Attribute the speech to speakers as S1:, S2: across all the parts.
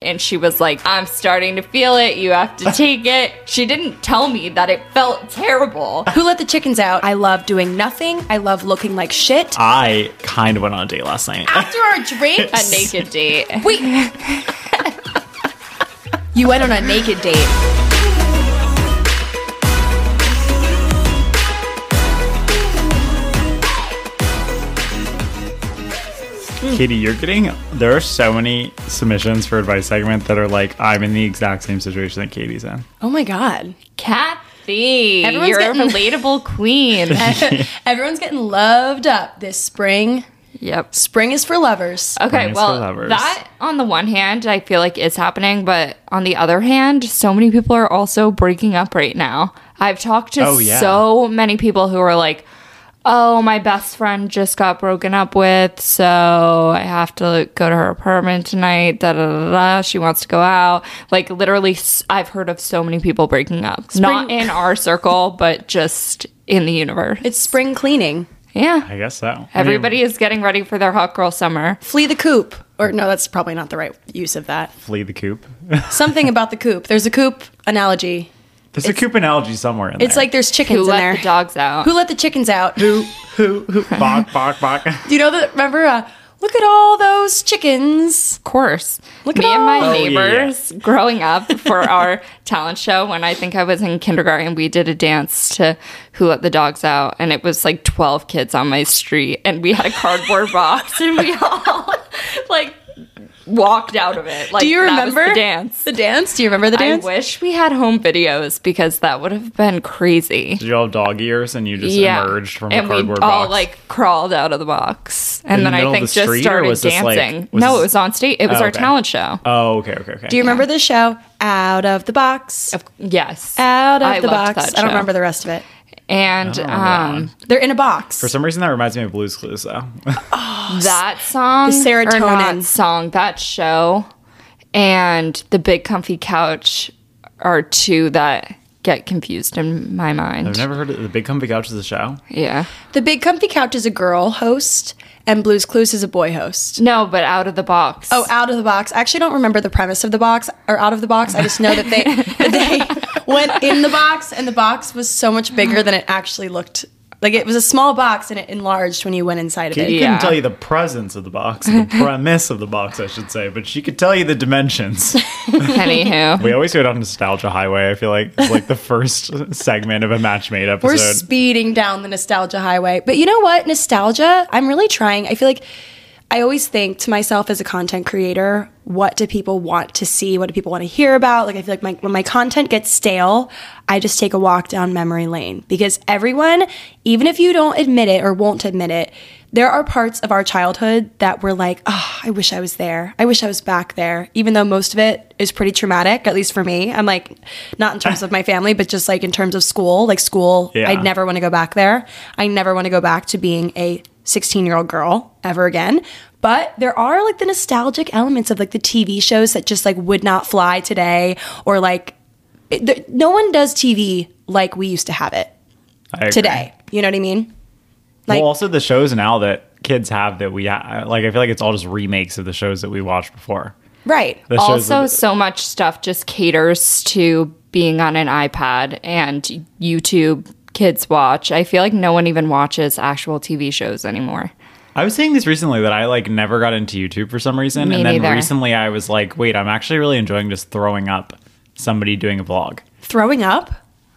S1: and she was like, I'm starting to feel it. You have to take it. She didn't tell me that it felt terrible.
S2: Who let the chickens out? I love doing nothing. I love looking like shit.
S3: I kind of went on a date last night.
S2: After our drink,
S1: A naked date.
S2: wait. you went on a naked date.
S3: Katie, you're getting there are so many submissions for advice segment that are like, I'm in the exact same situation that Katie's in.
S2: Oh my god.
S1: Kathy,
S2: Everyone's
S1: you're a
S2: getting-
S1: relatable queen.
S2: Everyone's getting loved up this spring.
S1: yep.
S2: Spring is for lovers.
S1: Okay,
S3: Nice for
S1: well,
S3: lovers.
S1: that on the one hand, I feel like is happening, but on the other hand, so many people are also breaking up right now. I've talked to
S3: Oh, yeah.
S1: so many people who are like, oh, my best friend just got broken up with, so I have to go to her apartment tonight. Da da da da. She wants to go out. Like, literally, s- I've heard of so many people breaking up. Not in our circle, but just in the universe.
S2: It's spring cleaning.
S1: yeah.
S3: I guess so. I mean,
S1: Everybody is getting ready for their hot girl summer.
S2: Flee the coop. Or no, that's probably not the right use of that.
S3: flee the coop.
S2: Something about the coop. There's a coop analogy.
S3: There's a coop analogy somewhere in
S2: It's
S3: there.
S2: like there's chickens
S1: Who
S2: in
S1: let
S2: there.
S1: the dogs out?
S2: Who let the chickens out?
S3: who who who bok bok bok.
S2: Do you know that? Remember, uh, look at all those chickens.
S1: course.
S2: Look
S1: Me
S2: at
S1: and
S2: all-
S1: my
S3: Oh, yeah,
S1: neighbors growing up for our talent show when I think I was in kindergarten, we did a dance to Who Let the Dogs Out and it was like 12 kids on my street and we had a cardboard box and we all like walked out of it. Like
S2: Do you
S1: that was
S2: remember
S1: the dance?
S2: The dance. Do you remember the dance?
S1: I wish we had home videos because that would have been crazy.
S3: Did you all have dog ears and you just emerged from
S1: and
S3: a cardboard
S1: we all
S3: box?
S1: like crawled out of the box, and
S3: In the
S1: then I
S3: middle of
S1: think
S3: the
S1: just
S3: street, or
S1: started
S3: was this, like-
S1: dancing.
S3: was
S1: no,
S3: this-
S1: it was on stage. It was
S3: Oh,
S1: our
S3: okay.
S1: talent show.
S3: oh, okay, okay, okay.
S2: Do you remember the show? Out of the box.
S1: Of- Yes.
S2: Out of
S1: I
S2: the
S1: loved
S2: box.
S1: that
S2: I don't
S1: show.
S2: remember the rest of it.
S1: And um,
S2: They're in a box.
S3: For some reason, that reminds me of Blue's Clues, though.
S1: that song,
S2: The serotonin.
S1: or not song, that show, and the big comfy couch are two that get confused in my mind.
S3: I've never heard of the Big Comfy Couch is a show.
S1: yeah.
S2: the Big Comfy Couch is a girl host, and Blue's Clues is a boy host.
S1: No, but out of the box.
S2: Oh, out of the box. I actually don't remember the premise of the box or out of the box. I just know that they they went in the box, and the box was so much bigger than it actually looked. Like it was a small box, and it enlarged when you went inside of it.
S3: Katie
S1: Yeah.
S3: couldn't tell you the presence of the box, the premise of the box, I should say, but she could tell you the dimensions.
S1: Anywho.
S3: We always go down nostalgia highway. I feel like it's like the first segment of a match made episode.
S2: We're speeding down the nostalgia highway. But you know what? Nostalgia, I'm really trying. I feel like I always think to myself as a content creator, what do people want to see? What do people want to hear about? Like, I feel like my, when my content gets stale, I just take a walk down memory lane because everyone, even if you don't admit it or won't admit it, there are parts of our childhood that we're like, oh, I wish I was there. I wish I was back there. Even though most of it is pretty traumatic, at least for me. I'm like, not in terms of my family, but just like in terms of school. Like, school,
S3: Yeah.
S2: I never want to go back there. I never want to go back to being a 16 year old girl ever again. But there are like the nostalgic elements of like the TV shows that just like would not fly today or like it, there, no one does TV like we used to have it
S3: I agree.
S2: today. You know what I mean? Like
S3: well, also the shows now that kids have that we ha- like. I feel like it's all just remakes of the shows that we watched before.
S2: right.
S3: The shows
S1: also
S3: that-
S1: so much stuff just caters to being on an ipad and youtube kids watch i feel like no one even watches actual tv shows anymore
S3: I was saying this recently that I like never got into YouTube for some reason,
S1: Me
S3: and then
S1: neither.
S3: recently I was like, wait, I'm actually really enjoying just throwing up somebody doing a vlog.
S2: Throwing up,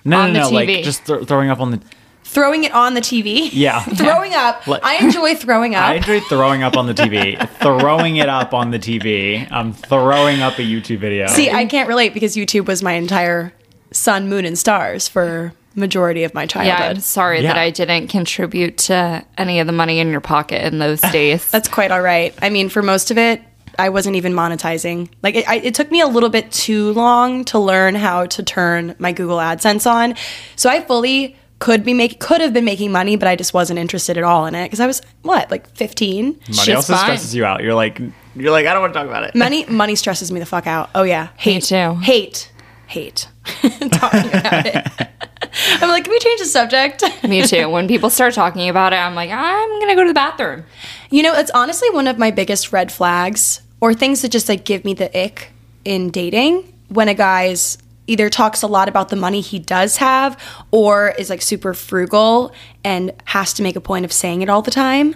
S3: No,
S1: On
S3: no,
S1: the
S3: no, like
S1: TV.
S3: just th- throwing up on the.
S2: throwing it on the TV.
S3: Yeah.
S2: throwing up.
S3: Like-
S2: I enjoy throwing up.
S3: I enjoy throwing up on the TV, throwing it up on the TV. I'm throwing up a YouTube video.
S2: See, I can't relate because YouTube was my entire sun, moon, and stars for majority of my
S1: yeah
S2: childhood.
S1: i'm sorry that
S3: Yeah.
S1: i didn't contribute to any of the money in your pocket in those days
S2: That's quite all right. I mean, for most of it, I wasn't even monetizing. Like, it, I, it took me a little bit too long to learn how to turn my Google AdSense on. So I fully could be make could have been making money, but I just wasn't interested at all in it because I was what like fifteen.
S3: Money
S1: just
S3: also
S1: fine.
S3: stresses you out. You're like, you're like, I don't want to talk about it.
S2: Money money stresses me the fuck out. Oh yeah, hate
S1: too.
S2: Hate hate talking about it. I'm like, can we change the subject?
S1: me too when people start talking about it i'm like i'm gonna go to the bathroom
S2: You know, it's honestly one of my biggest red flags or things that just like give me the ick in dating when a guy's either talks a lot about the money he does have or is like super frugal and has to make a point of saying it all the time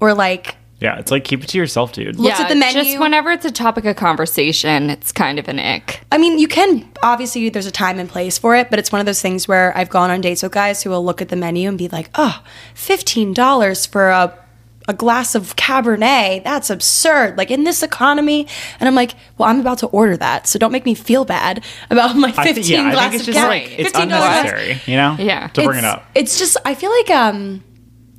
S2: or like
S3: Yeah, it's like keep it to yourself, dude.
S2: looks at the menu.
S1: Just whenever it's a topic of conversation, it's kind of an ick.
S2: I mean, you can obviously there's a time and place for it, but it's one of those things where I've gone on dates with guys who will look at the menu and be like, "Oh, $15 for a a glass of Cabernet. That's absurd. Like in this economy." And I'm like, "Well, I'm about to order that. So don't make me feel bad about my 15
S3: I think, yeah, I
S2: glass
S3: think it's
S2: of
S3: just
S2: Cabernet."
S3: like
S2: $15
S3: it's
S2: glass.
S3: unnecessary, you know?
S1: Yeah.
S3: To bring it
S2: It's-
S3: up.
S2: It's just I feel like um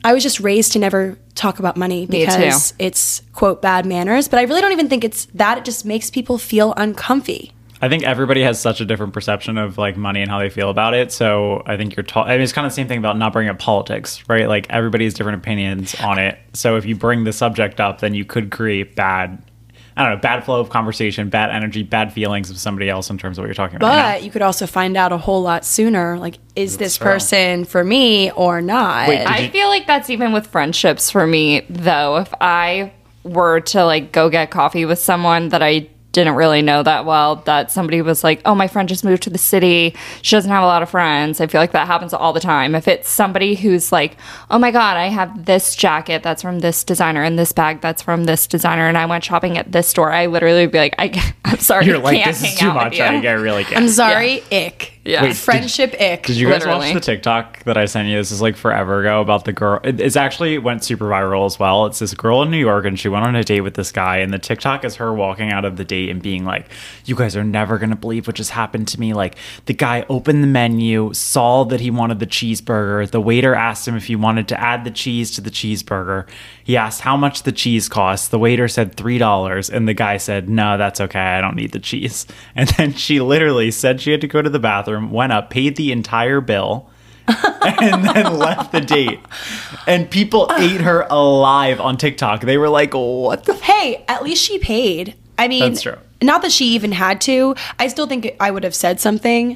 S2: I was just raised to never talk about money
S1: Me too.
S2: because it's quote bad manners, but I really don't even think it's that. It just makes people feel uncomfy.
S3: I think everybody has such a different perception of like money and how they feel about it. So I think you're taught. I mean, it's kind of the same thing about not bringing up politics, right? Like everybody has different opinions on it. So if you bring the subject up, then you could create bad, I don't know, bad flow of conversation, bad energy, bad feelings of somebody else in terms of what you're talking about. you know?
S2: But you could also find out a whole lot sooner. Like, is this
S3: true.
S2: person for me or not?
S3: Wait,
S1: I feel like that's even with friendships for me, though. If I were to like go get coffee with someone that I didn't really know that well, that somebody was like, oh, my friend just moved to the city. She doesn't have a lot of friends. I feel like that happens all the time. If it's somebody who's like, oh my God, I have this jacket that's from this designer and this bag that's from this designer, and I went shopping at this store, I literally would be like, I, can't- I'm sorry.
S3: you're
S1: I
S3: like,
S1: can't
S3: this is
S1: hang
S3: too
S1: out with
S3: much. I,
S1: you."
S3: I really can't.
S2: I'm sorry, ick.
S1: Yeah. Wait, did-
S2: friendship ick.
S3: Did you guys
S1: Literally.
S3: watch the TikTok that I sent you? This is like forever ago about the girl. it- It's actually it went super viral as well. It's this girl in New York and she went on a date with this guy, and the TikTok is her walking out of the date and being like, "You guys are never gonna believe what just happened to me." Like the guy opened the menu, saw that he wanted the cheeseburger. The waiter asked him if he wanted to add the cheese to the cheeseburger. He asked how much the cheese cost. The waiter said three dollars, and the guy said, "No, that's okay. I don't need the cheese." And then she literally said she had to go to the bathroom, went up, paid the entire bill, and then left the date. And people ate her alive on TikTok. They were like, "What the?" F-?
S2: hey, at least she paid. I mean,
S3: That's true.
S2: not that she even had to. I still think I would have said something.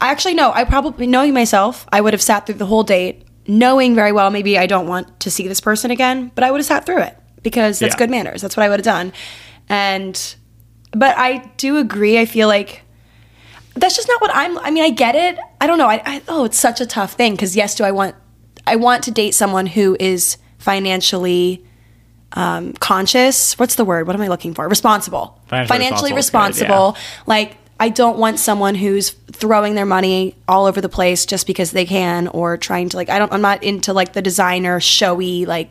S2: I actually no, I probably knowing myself, I would have sat through the whole date, knowing very well maybe I don't want to see this person again, but I would have sat through it because that's
S3: Yeah.
S2: good manners. That's what I would have done. And but I do agree. I feel like that's just not what I'm. I mean, I get it. I don't know. I, I oh, it's such a tough thing because yes, do I want? I want to date someone who is financially um, conscious. What's the word? What am I looking for? Responsible.
S3: Financially responsible is good,
S2: responsible. Like I don't want someone who's throwing their money all over the place just because they can, or trying to like. I don't. I'm not into like the designer showy like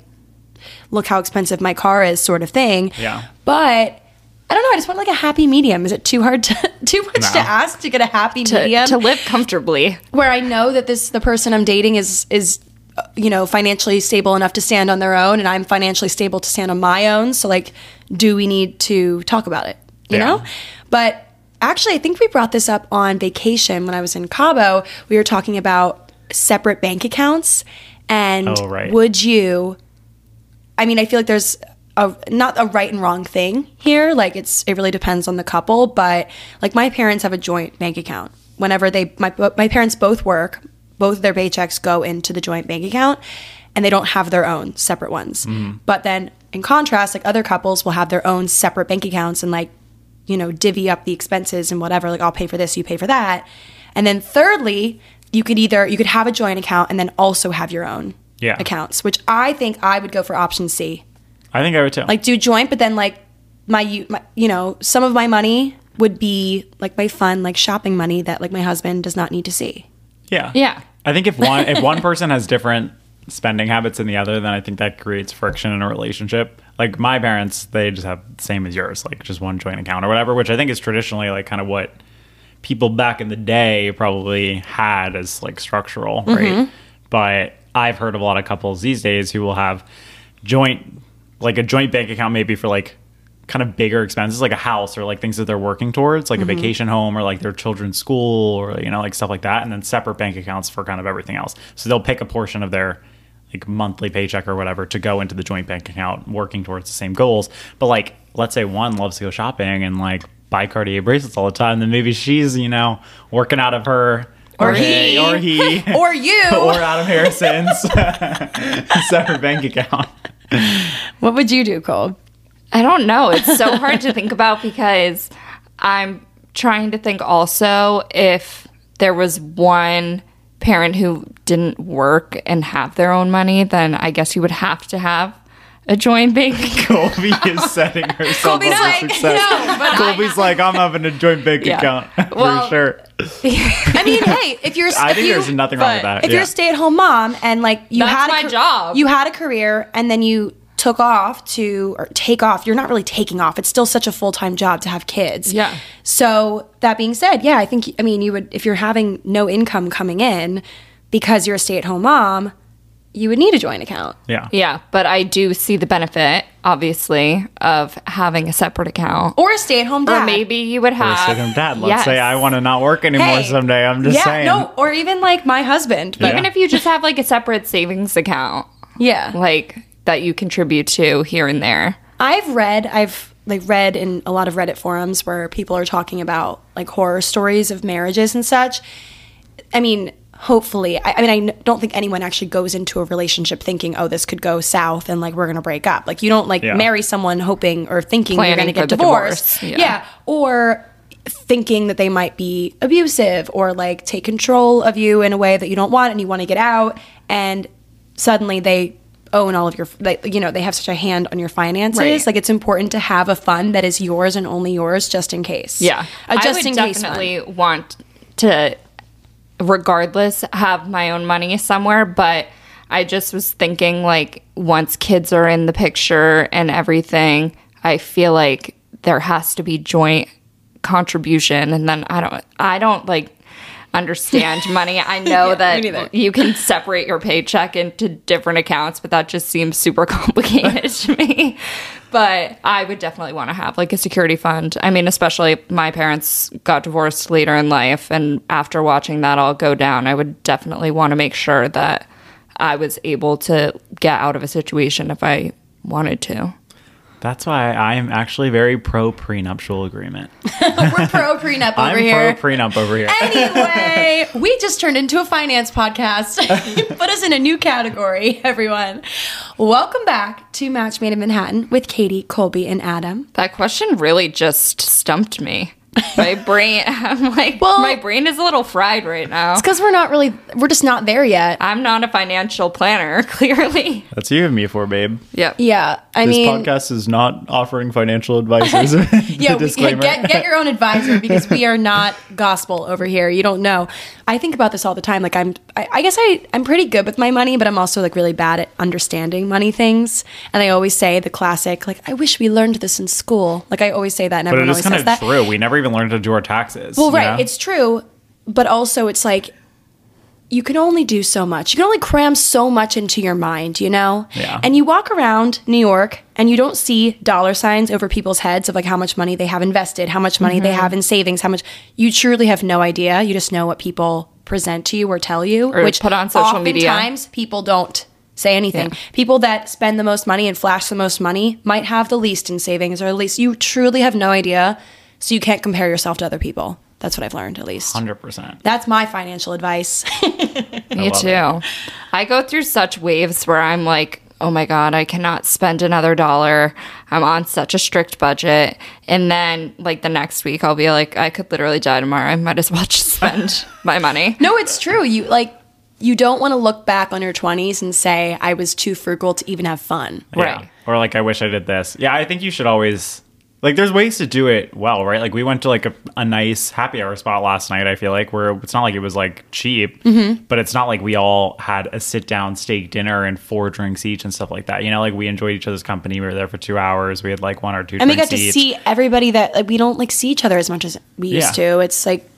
S2: look how expensive my car is sort of thing.
S3: Yeah.
S2: But I don't know. I just want like a happy medium. Is it too hard to too much to
S3: No.
S2: ask to get a happy
S1: To,
S2: medium
S1: to live comfortably.
S2: where I know that this the person I'm dating is is uh, you know financially stable enough to stand on their own, and I'm financially stable to stand on my own. So like, do we need to talk about it? You
S3: Yeah.
S2: know, but. Actually, I think we brought this up on vacation when I was in Cabo. We were talking about separate bank accounts and
S3: Oh, right.
S2: would you I mean, I feel like there's a not a right and wrong thing here. Like it's it really depends on the couple, but like my parents have a joint bank account. Whenever they my my parents both work, both of their paychecks go into the joint bank account and they don't have their own separate ones. But then in contrast, like other couples will have their own separate bank accounts and like you know, divvy up the expenses and whatever, like I'll pay for this, you pay for that. And then thirdly, you could either you could have a joint account and then also have your own
S3: Yeah.
S2: accounts, which I think I would go for option C.
S3: I think I would too.
S2: Like do joint, but then like my you my, you know, some of my money would be like my fun like shopping money that like my husband does not need to see.
S3: yeah,
S1: Yeah.
S3: I think if one if one person has different spending habits than the other, then I think that creates friction in a relationship. Like my parents, they just have the same as yours, like just one joint account or whatever, which I think is traditionally like kind of what people back in the day probably had as like structural, right? But I've heard of a lot of couples these days who will have joint like a joint bank account maybe for like kind of bigger expenses like a house or like things that they're working towards like a vacation home or like their children's school or you know like stuff like that and then separate bank accounts for kind of everything else so they'll pick a portion of their like monthly paycheck or whatever to go into the joint bank account working towards the same goals but like let's say one loves to go shopping and like buy cartier bracelets all the time then maybe she's you know working out of her
S2: Or he.
S3: or he
S2: Or you.
S3: or adam harrison's separate bank account
S2: what would you do, Cole?
S1: I don't know. It's so hard to think about because I'm trying to think also if there was one parent who didn't work and have their own money, then I guess you would have to have a joint bank.
S3: Colby is setting herself
S1: Colby's
S3: up
S1: like,
S3: for success.
S1: "No, but I-
S3: Colby's like, I'm having a joint bank
S1: Yeah.
S3: account
S1: Well,
S3: for sure.
S2: I mean, hey, if you're,
S3: I
S2: if
S3: think
S2: you-
S3: there's nothing wrong with
S1: but
S3: that.
S2: if you're
S3: yeah.
S2: a stay-at-home mom and like you
S1: That's
S2: had a
S1: my
S2: car-
S1: job.
S2: you had a career and then you took off to or take off you're not really taking off it's still such a full-time job to have kids
S1: Yeah.
S2: so that being said yeah i think i mean you would if you're having no income coming in because you're a stay-at-home mom you would need a joint account
S3: yeah.
S1: yeah, but I do see the benefit, obviously, of having a separate account.
S2: or a stay-at-home dad
S1: Or maybe you would
S3: Or
S1: have.
S3: stay-at-home dad. Let's
S1: Yes.
S3: say I want to not work anymore
S2: Hey.
S3: someday. I'm just
S2: yeah
S3: saying.
S2: no or even like my husband but
S1: Even if you just have like a separate savings account,
S2: yeah,
S1: like that you contribute to here and there.
S2: I've read, I've like read in a lot of Reddit forums where people are talking about like horror stories of marriages and such. I mean, hopefully, I, I mean, I n- don't think anyone actually goes into a relationship thinking, oh, this could go south and like we're gonna break up. Like you don't like
S3: Yeah.
S2: marry someone hoping or thinking
S1: Planning
S2: you're gonna
S1: for
S2: get
S1: the
S2: divorced.
S1: divorce,
S2: Yeah.
S1: yeah.
S2: or thinking that they might be abusive or like take control of you in a way that you don't want and you want to get out and suddenly they own all of your like you know they have such a hand on your finances
S1: Right.
S2: like it's important to have a fund that is yours and only yours just in case
S1: Yeah.
S2: a
S1: I
S2: just
S1: would
S2: in case fund.
S1: definitely want to, regardless, have my own money somewhere. But I just was thinking, like, once kids are in the picture and everything, I feel like there has to be joint contribution. And then I don't, I don't like understand money. I know
S2: me neither.
S1: that you can separate your paycheck into different accounts, but that just seems super complicated to me. But I would definitely want to have like a security fund. I mean, especially my parents got divorced later in life, and after watching that all go down, I would definitely want to make sure that I was able to get out of a situation if I wanted to.
S3: That's why I am actually very pro prenuptial agreement.
S4: We're pro prenup over
S3: I'm
S4: here.
S3: pro prenup over here.
S4: anyway, we just turned into a finance podcast. Put us in a new category, everyone.
S2: welcome back to match made in manhattan with katie colby and adam
S1: That question really just stumped me. My brain, I'm like,
S4: Well-
S1: my brain is a little fried right now.
S4: Because we're not really, we're just not there yet.
S1: I'm not a financial planner, clearly.
S3: That's you and me for, babe.
S1: Yep.
S4: Yeah, I
S3: this
S4: mean,
S3: podcast is not offering financial advice. is it?
S4: yeah,
S3: The
S4: we-
S3: disclaimer.
S4: get get your own advisor because we are not gospel over here. You don't know.
S2: i think about this all the time like i'm i, I guess I, i'm pretty good with my money but i'm also like really bad at understanding money things and i always say the classic like i wish we learned this in school like i always say that and
S3: but it
S2: everyone
S3: is
S2: always
S3: kind
S2: says that
S3: of true. We never even learned to do our taxes.
S2: Well, right, it's true, but also it's like you can only do so much. You can only cram so much into your mind, you know?
S3: Yeah.
S2: And you walk around New York and you don't see dollar signs over people's heads of like how much money they have invested, how much money they
S1: Mm-hmm.
S2: have in savings, how much you truly have no idea. You just know what people present to you or tell you,
S1: Or
S2: which
S1: put on social media.
S2: Oftentimes people don't say anything.
S1: Yeah.
S2: People that spend the most money and flash the most money might have the least in savings or at least you truly have no idea. So you can't compare yourself to other people. That's what I've learned at least.
S3: hundred percent.
S2: That's my financial advice.
S1: Me
S3: love
S1: too. I go through such waves where I'm like, oh my God, I cannot spend another dollar. I'm on such a strict budget. And then, like, the next week, I'll be like, I could literally die tomorrow. I might as well just spend my money.
S2: no, it's true. You like you don't want to look back on your 20s and say I was too frugal to even have fun.
S1: Right.
S3: Or like, I wish I did this. Yeah, I think you should always like. There's ways to do it well, right? Like we went to like a, a nice happy hour spot last night. I feel like where it's not like it was like cheap,
S2: Mm-hmm.
S3: but it's not like we all had a sit down steak dinner and four drinks each and stuff like that. You know, like we enjoyed each other's company. We were there for two hours. We had like one or two.
S2: And we got
S3: drinks
S2: to
S3: each.
S2: see everybody that like, we don't like see each other as much as we used
S3: Yeah.
S2: to. It's like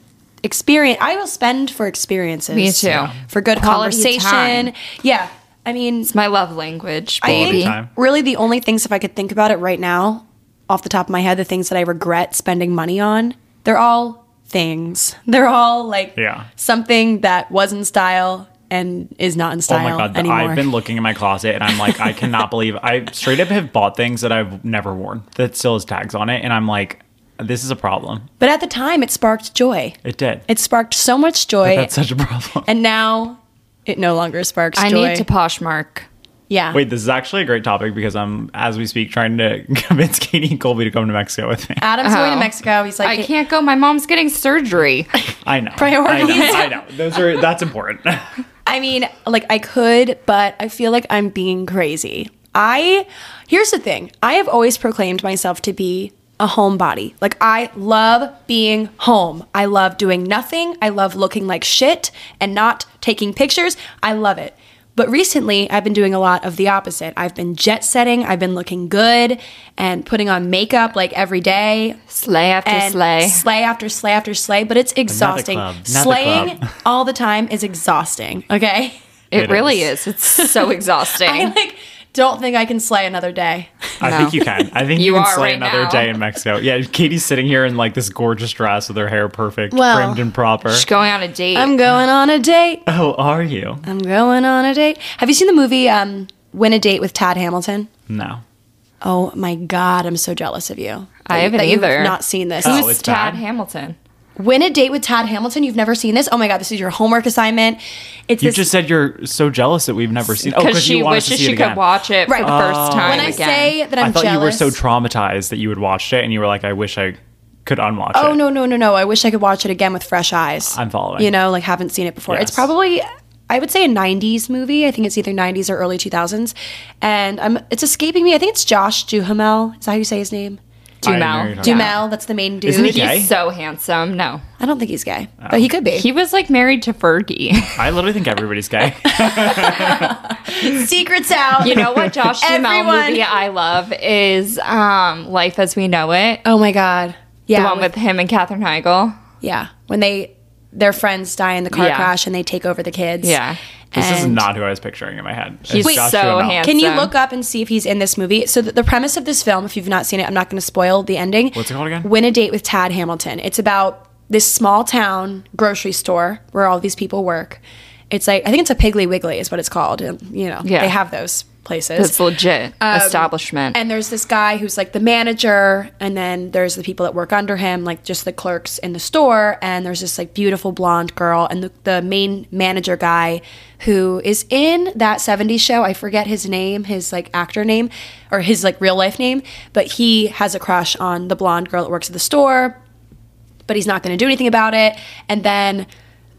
S2: experience I will spend for experiences.
S1: Me too. Yeah.
S2: For good
S1: Quality
S2: conversation.
S1: time.
S2: Yeah. I mean,
S1: It's my love language,
S2: I
S1: baby.
S2: think
S3: time.
S2: really the only things if I could think about it right now, off the top of my head, the things that I regret spending money on, they're all things. They're all like
S3: Yeah.
S2: something that was in style and is not in
S3: Oh
S2: style
S3: my god! the-
S2: anymore.
S3: I've been looking in my closet and I'm like, I cannot believe I straight up have bought things that I've never worn that still has tags on it, and I'm like, this is a problem.
S2: but at the time, it sparked joy.
S3: It did.
S2: It sparked so much joy,
S3: That's such a problem.
S2: and now it no longer sparks
S1: I
S2: joy.
S1: need to Poshmark.
S4: Yeah.
S3: Wait, this is actually a great topic because I'm, as we speak, trying to convince Katie and Colby to come to Mexico with me.
S4: Adam's going to
S1: Oh.
S4: Mexico. He's like,
S1: I can't go. My mom's getting surgery.
S3: I know.
S4: Priorities.
S3: I know. I know. Those are that's important.
S2: I mean, like I could, but I feel like I'm being crazy. I here's the thing. I have always proclaimed myself to be a homebody. Like I love being home. I love doing nothing. I love looking like shit and not taking pictures. I love it. But recently, I've been doing a lot of the opposite. I've been jet setting. I've been looking good and putting on makeup like every day
S1: Slay after
S2: and
S1: slay.
S2: slay after slay after slay, but it's exhausting.
S3: club, another
S2: Slaying
S3: club.
S2: all the time is exhausting. Okay,
S1: it,
S3: It
S1: really
S3: is.
S1: is. It's so exhausting.
S4: I like don't think I can slay another day.
S3: I
S1: No.
S3: think you can. I think
S1: You
S3: you, can
S1: are
S3: slay
S1: right
S3: another
S1: now.
S3: day in Mexico. Yeah, Katie's sitting here in like this gorgeous dress with her hair perfect,
S2: Well,
S3: trimmed and proper.
S1: Just going on a date.
S2: I'm going on a date.
S3: oh, are you?
S2: I'm going on a date. Have you seen the movie um, "Win a Date with Tad Hamilton"?
S3: No.
S2: Oh my God, I'm so jealous of you.
S1: I
S2: That-
S1: haven't
S2: that you've
S1: either.
S2: Not seen this.
S3: Oh,
S1: Who's
S3: it's
S1: Tad
S3: bad.
S1: Hamilton?
S2: Win a date with Tad Hamilton. You've never seen this? Oh my God, this is your homework assignment. It's
S3: You
S2: this,
S3: just said you're so jealous that we've never seen. Oh,
S1: Because
S3: because
S1: she
S3: you want us to
S1: wishes
S3: see
S1: she
S3: it again. Oh.
S1: could watch it
S2: Right.
S1: for the first time
S2: when I
S1: again.
S2: say that I'm
S3: I thought
S2: jealous.
S3: you were so traumatized that you had watched it, and you were like, "I wish I could unwatch it."
S2: Oh no no no no! I wish I could watch it again with fresh eyes.
S3: I'm following.
S2: You know, like haven't seen it before. It's
S3: Yes.
S2: probably I would say a '90s movie. I think it's either '90s or early 2000s, and I'm it's escaping me. I think it's Josh Duhamel. Is that how you say his name?
S3: I know
S1: Dumel.
S3: you're talking
S2: Duhamel. That's the main dude.
S3: Isn't he
S1: He's
S3: gay? Oh.
S1: so handsome. No.
S2: I don't think he's gay, but he could be.
S1: He was like married to Fergie.
S3: I literally think everybody's gay.
S4: Secrets out.
S1: you know what Josh Duhamel
S4: Everyone.
S1: movie I love is um, Life as We Know It.
S2: oh my god. Yeah.
S1: the one with him and Katherine Heigl.
S2: yeah. When they their friends die in the car
S1: Yeah.
S2: crash and they take over the kids.
S1: Yeah.
S3: this is
S2: And-
S3: not who I was picturing in my head. It's
S1: He's
S3: Josh
S1: so
S3: Duhamel.
S1: handsome.
S2: Can you look up and see if he's in this movie? So the, the premise of this film, if you've not seen it, I'm not going to spoil the ending.
S3: What's it called again?
S2: Win a date with Tad Hamilton. It's about this small town grocery store where all these people work. It's like I think it's a Piggly Wiggly is what it's called. and, You know,
S1: Yeah.
S2: they have those places.
S1: It's legit
S4: Um,
S1: establishment.
S2: And there's this guy who's like the manager, and then there's the people that work under him, like just the clerks in the store. And there's this like beautiful blonde girl, and the, the main manager guy who is in that 70s show. I forget his name, his like actor name, or his like real life name, but he has a crush on the blonde girl that works at the store but he's not going to do anything about it. And then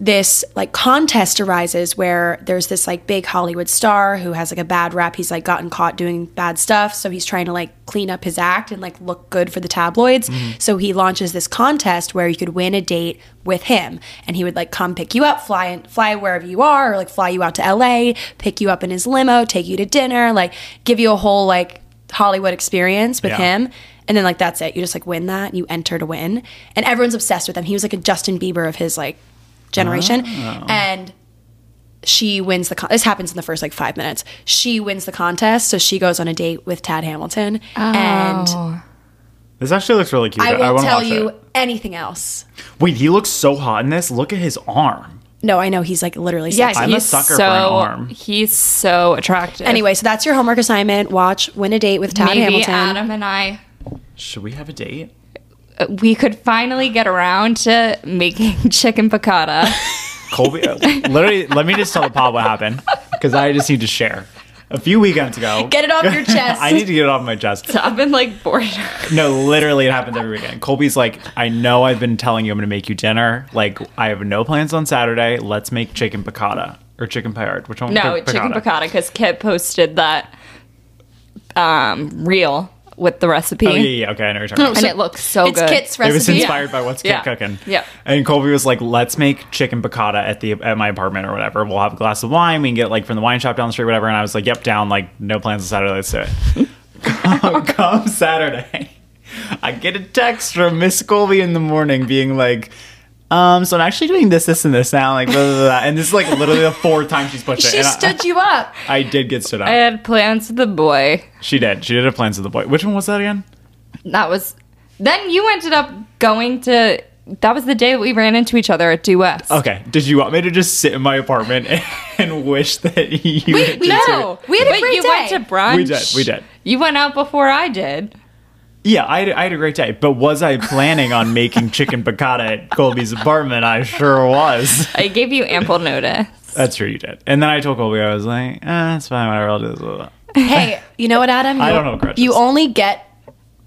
S2: this like contest arises where there's this like big Hollywood star who has like a bad rap. He's like gotten caught doing bad stuff, so he's trying to like clean up his act and like look good for the tabloids. So he launches this contest where you could win a date with him, and he would like come pick you up, fly fly wherever you are, or like fly you out to L.A., pick you up in his limo, take you to dinner, like give you a whole like Hollywood experience with
S3: Yeah.
S2: him. And then like that's it. You just like win that. and You enter to win, and everyone's obsessed with him. He was like a Justin Bieber of his like generation,
S3: Oh.
S2: and she wins the. Con- this happens in the first like five minutes. She wins the contest, so she goes on a date with Tad Hamilton,
S1: Oh.
S2: and
S3: This actually looks really cute.
S2: I
S3: I,
S2: won't
S3: want to
S2: tell
S3: watch
S2: you
S3: it.
S2: anything else.
S3: Wait, he looks so hot in this. Look at his arm.
S2: No, I know he's like literally.
S1: yeah,
S2: sexy.
S3: I'm a
S1: he's
S3: sucker
S1: so
S3: for an arm.
S1: he's so attractive.
S2: Anyway, so that's your homework assignment. Watch Win a Date with Tad
S1: maybe
S2: Hamilton.
S1: Adam and I
S3: Should we have a date?
S1: we could finally get around to making chicken piccata.
S3: Colby, uh, literally, let me just tell the pod what happened because I just need to share. A few weekends ago,
S4: Get it off your chest.
S3: I need to get it off my chest.
S1: I've been like bored.
S3: No, literally, it happens every weekend. Colby's like, I know I've been telling you I'm going to make you dinner. Like, I have no plans on Saturday. Let's make chicken piccata or chicken payard. Which one?
S1: No,
S3: Pic-
S1: chicken piccata because Kit posted that um reel with the recipe,
S3: Oh, yeah, yeah, okay, I know what you're talking about.
S1: and it looks so
S4: it's
S1: good.
S4: Kit's
S3: It was
S4: recipe.
S3: inspired by what's
S1: Yeah.
S3: cooking.
S1: Yeah.
S3: And Colby was like, "Let's make chicken piccata at the at my apartment or whatever. We'll have a glass of wine. We can get like from the wine shop down the street, whatever." And I was like, "Yep, down. Like, no plans on Saturday. Let's do it." come, come Saturday, I get a text from Miss Colby in the morning, being like. Um, so I'm actually doing this, this, and this now, like blah, blah, blah. and this is like literally the fourth time she's pushed it.
S4: She
S3: And I-
S4: stood you up.
S3: I, did get stood up.
S1: I uh, had plans with the boy.
S3: she did. She did have plans with the boy. Which one was that again?
S1: That was. Then you ended up going to. That was the day that we ran into each other at Due West.
S3: Okay. Did you want me to just sit in my apartment and, and wish that you? We,
S4: we-
S1: No,
S4: We had a
S1: Wait,
S4: great
S1: you
S4: day.
S1: went to brunch.
S3: We did, we did.
S1: You went out before I did.
S3: Yeah, I had, I had a great day, but was I planning on making chicken piccata at Colby's apartment? I sure was.
S1: I gave you ample notice.
S3: That's true, you did. And then I told Colby, I was like, eh, that's fine, whatever, I'll do this. blah, blah, blah."
S4: Hey, you know what, Adam? You,
S3: I don't have grudges.
S4: You only get.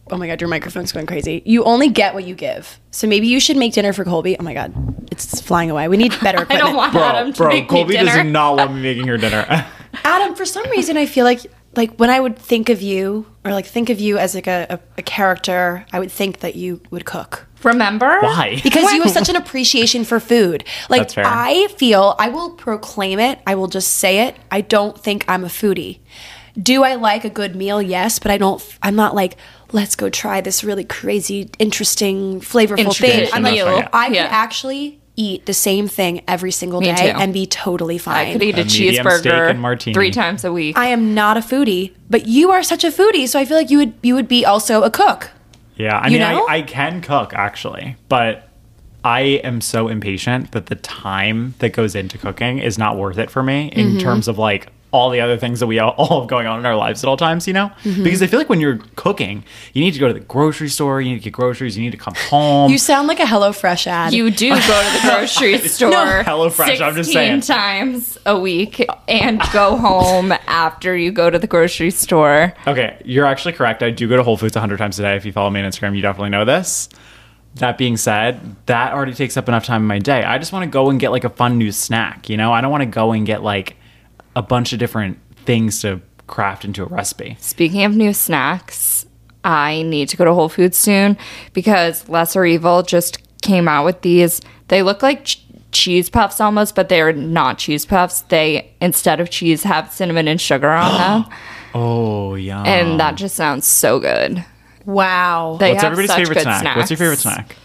S4: Oh my god, your microphone's going crazy. You only get what you give.
S2: So maybe you should make dinner for Colby. Oh my God, it's flying away. We need better
S1: I
S2: equipment.
S1: don't want Adam to
S3: Bro,
S1: make
S3: bro, Colby
S1: me dinner.
S3: does not want me making her dinner.
S2: Adam, for some reason, I feel like like when I would think of you or like think of you as like a, a, a character, I would think that you would cook
S1: Remember?
S3: Why?
S2: because you have such an appreciation for food. Like
S3: That's fair.
S2: I feel, I will proclaim it. I will just say it. I don't think I'm a foodie. Do I like a good meal? Yes, but I don't. I'm not like let's go try this really crazy, interesting, flavorful thing.
S1: Intricate
S2: I'm like
S1: meal.
S2: I could
S1: Yeah.
S2: actually eat the same thing every single
S1: Me
S2: day
S1: too.
S2: and be totally fine.
S1: I could eat a,
S3: A medium steak and
S1: cheeseburger
S3: martini.
S1: three times a week.
S2: I am not a foodie, but you are such a foodie, so I feel like you would you would be also a cook.
S3: yeah, I
S2: You
S3: mean,
S2: know?
S3: I, I can cook actually, but I am so impatient that the time that goes into cooking is not worth it for me in
S2: Mm-hmm.
S3: terms of like all the other things that we all, all have going on in our lives at all times, you know?
S2: Mm-hmm.
S3: Because I feel like when you're cooking, you need to go to the grocery store, you need to get groceries, you need to come home.
S2: You sound like a HelloFresh ad.
S1: you do go to the grocery store
S3: Hello Fresh, I'm just saying.
S1: 16 times a week and go home after you go to the grocery store.
S3: Okay, you're actually correct. I do go to Whole Foods 100 times a day. If you follow me on Instagram, you definitely know this. That being said, that already takes up enough time in my day. I just want to go and get like a fun new snack, you know? I don't want to go and get like a bunch of different things to craft into a recipe.
S1: Speaking of new snacks, I need to go to Whole Foods soon because Lesser Evil just came out with these. They look like ch- cheese puffs almost, but they're not cheese puffs. They, instead of cheese, have cinnamon and sugar on them.
S3: Oh, yeah.
S1: And that just sounds so good.
S2: wow.
S1: They
S3: What's
S1: have
S3: everybody's
S1: such
S3: favorite
S1: good
S3: snack? What's your favorite
S1: snacks.
S3: snack?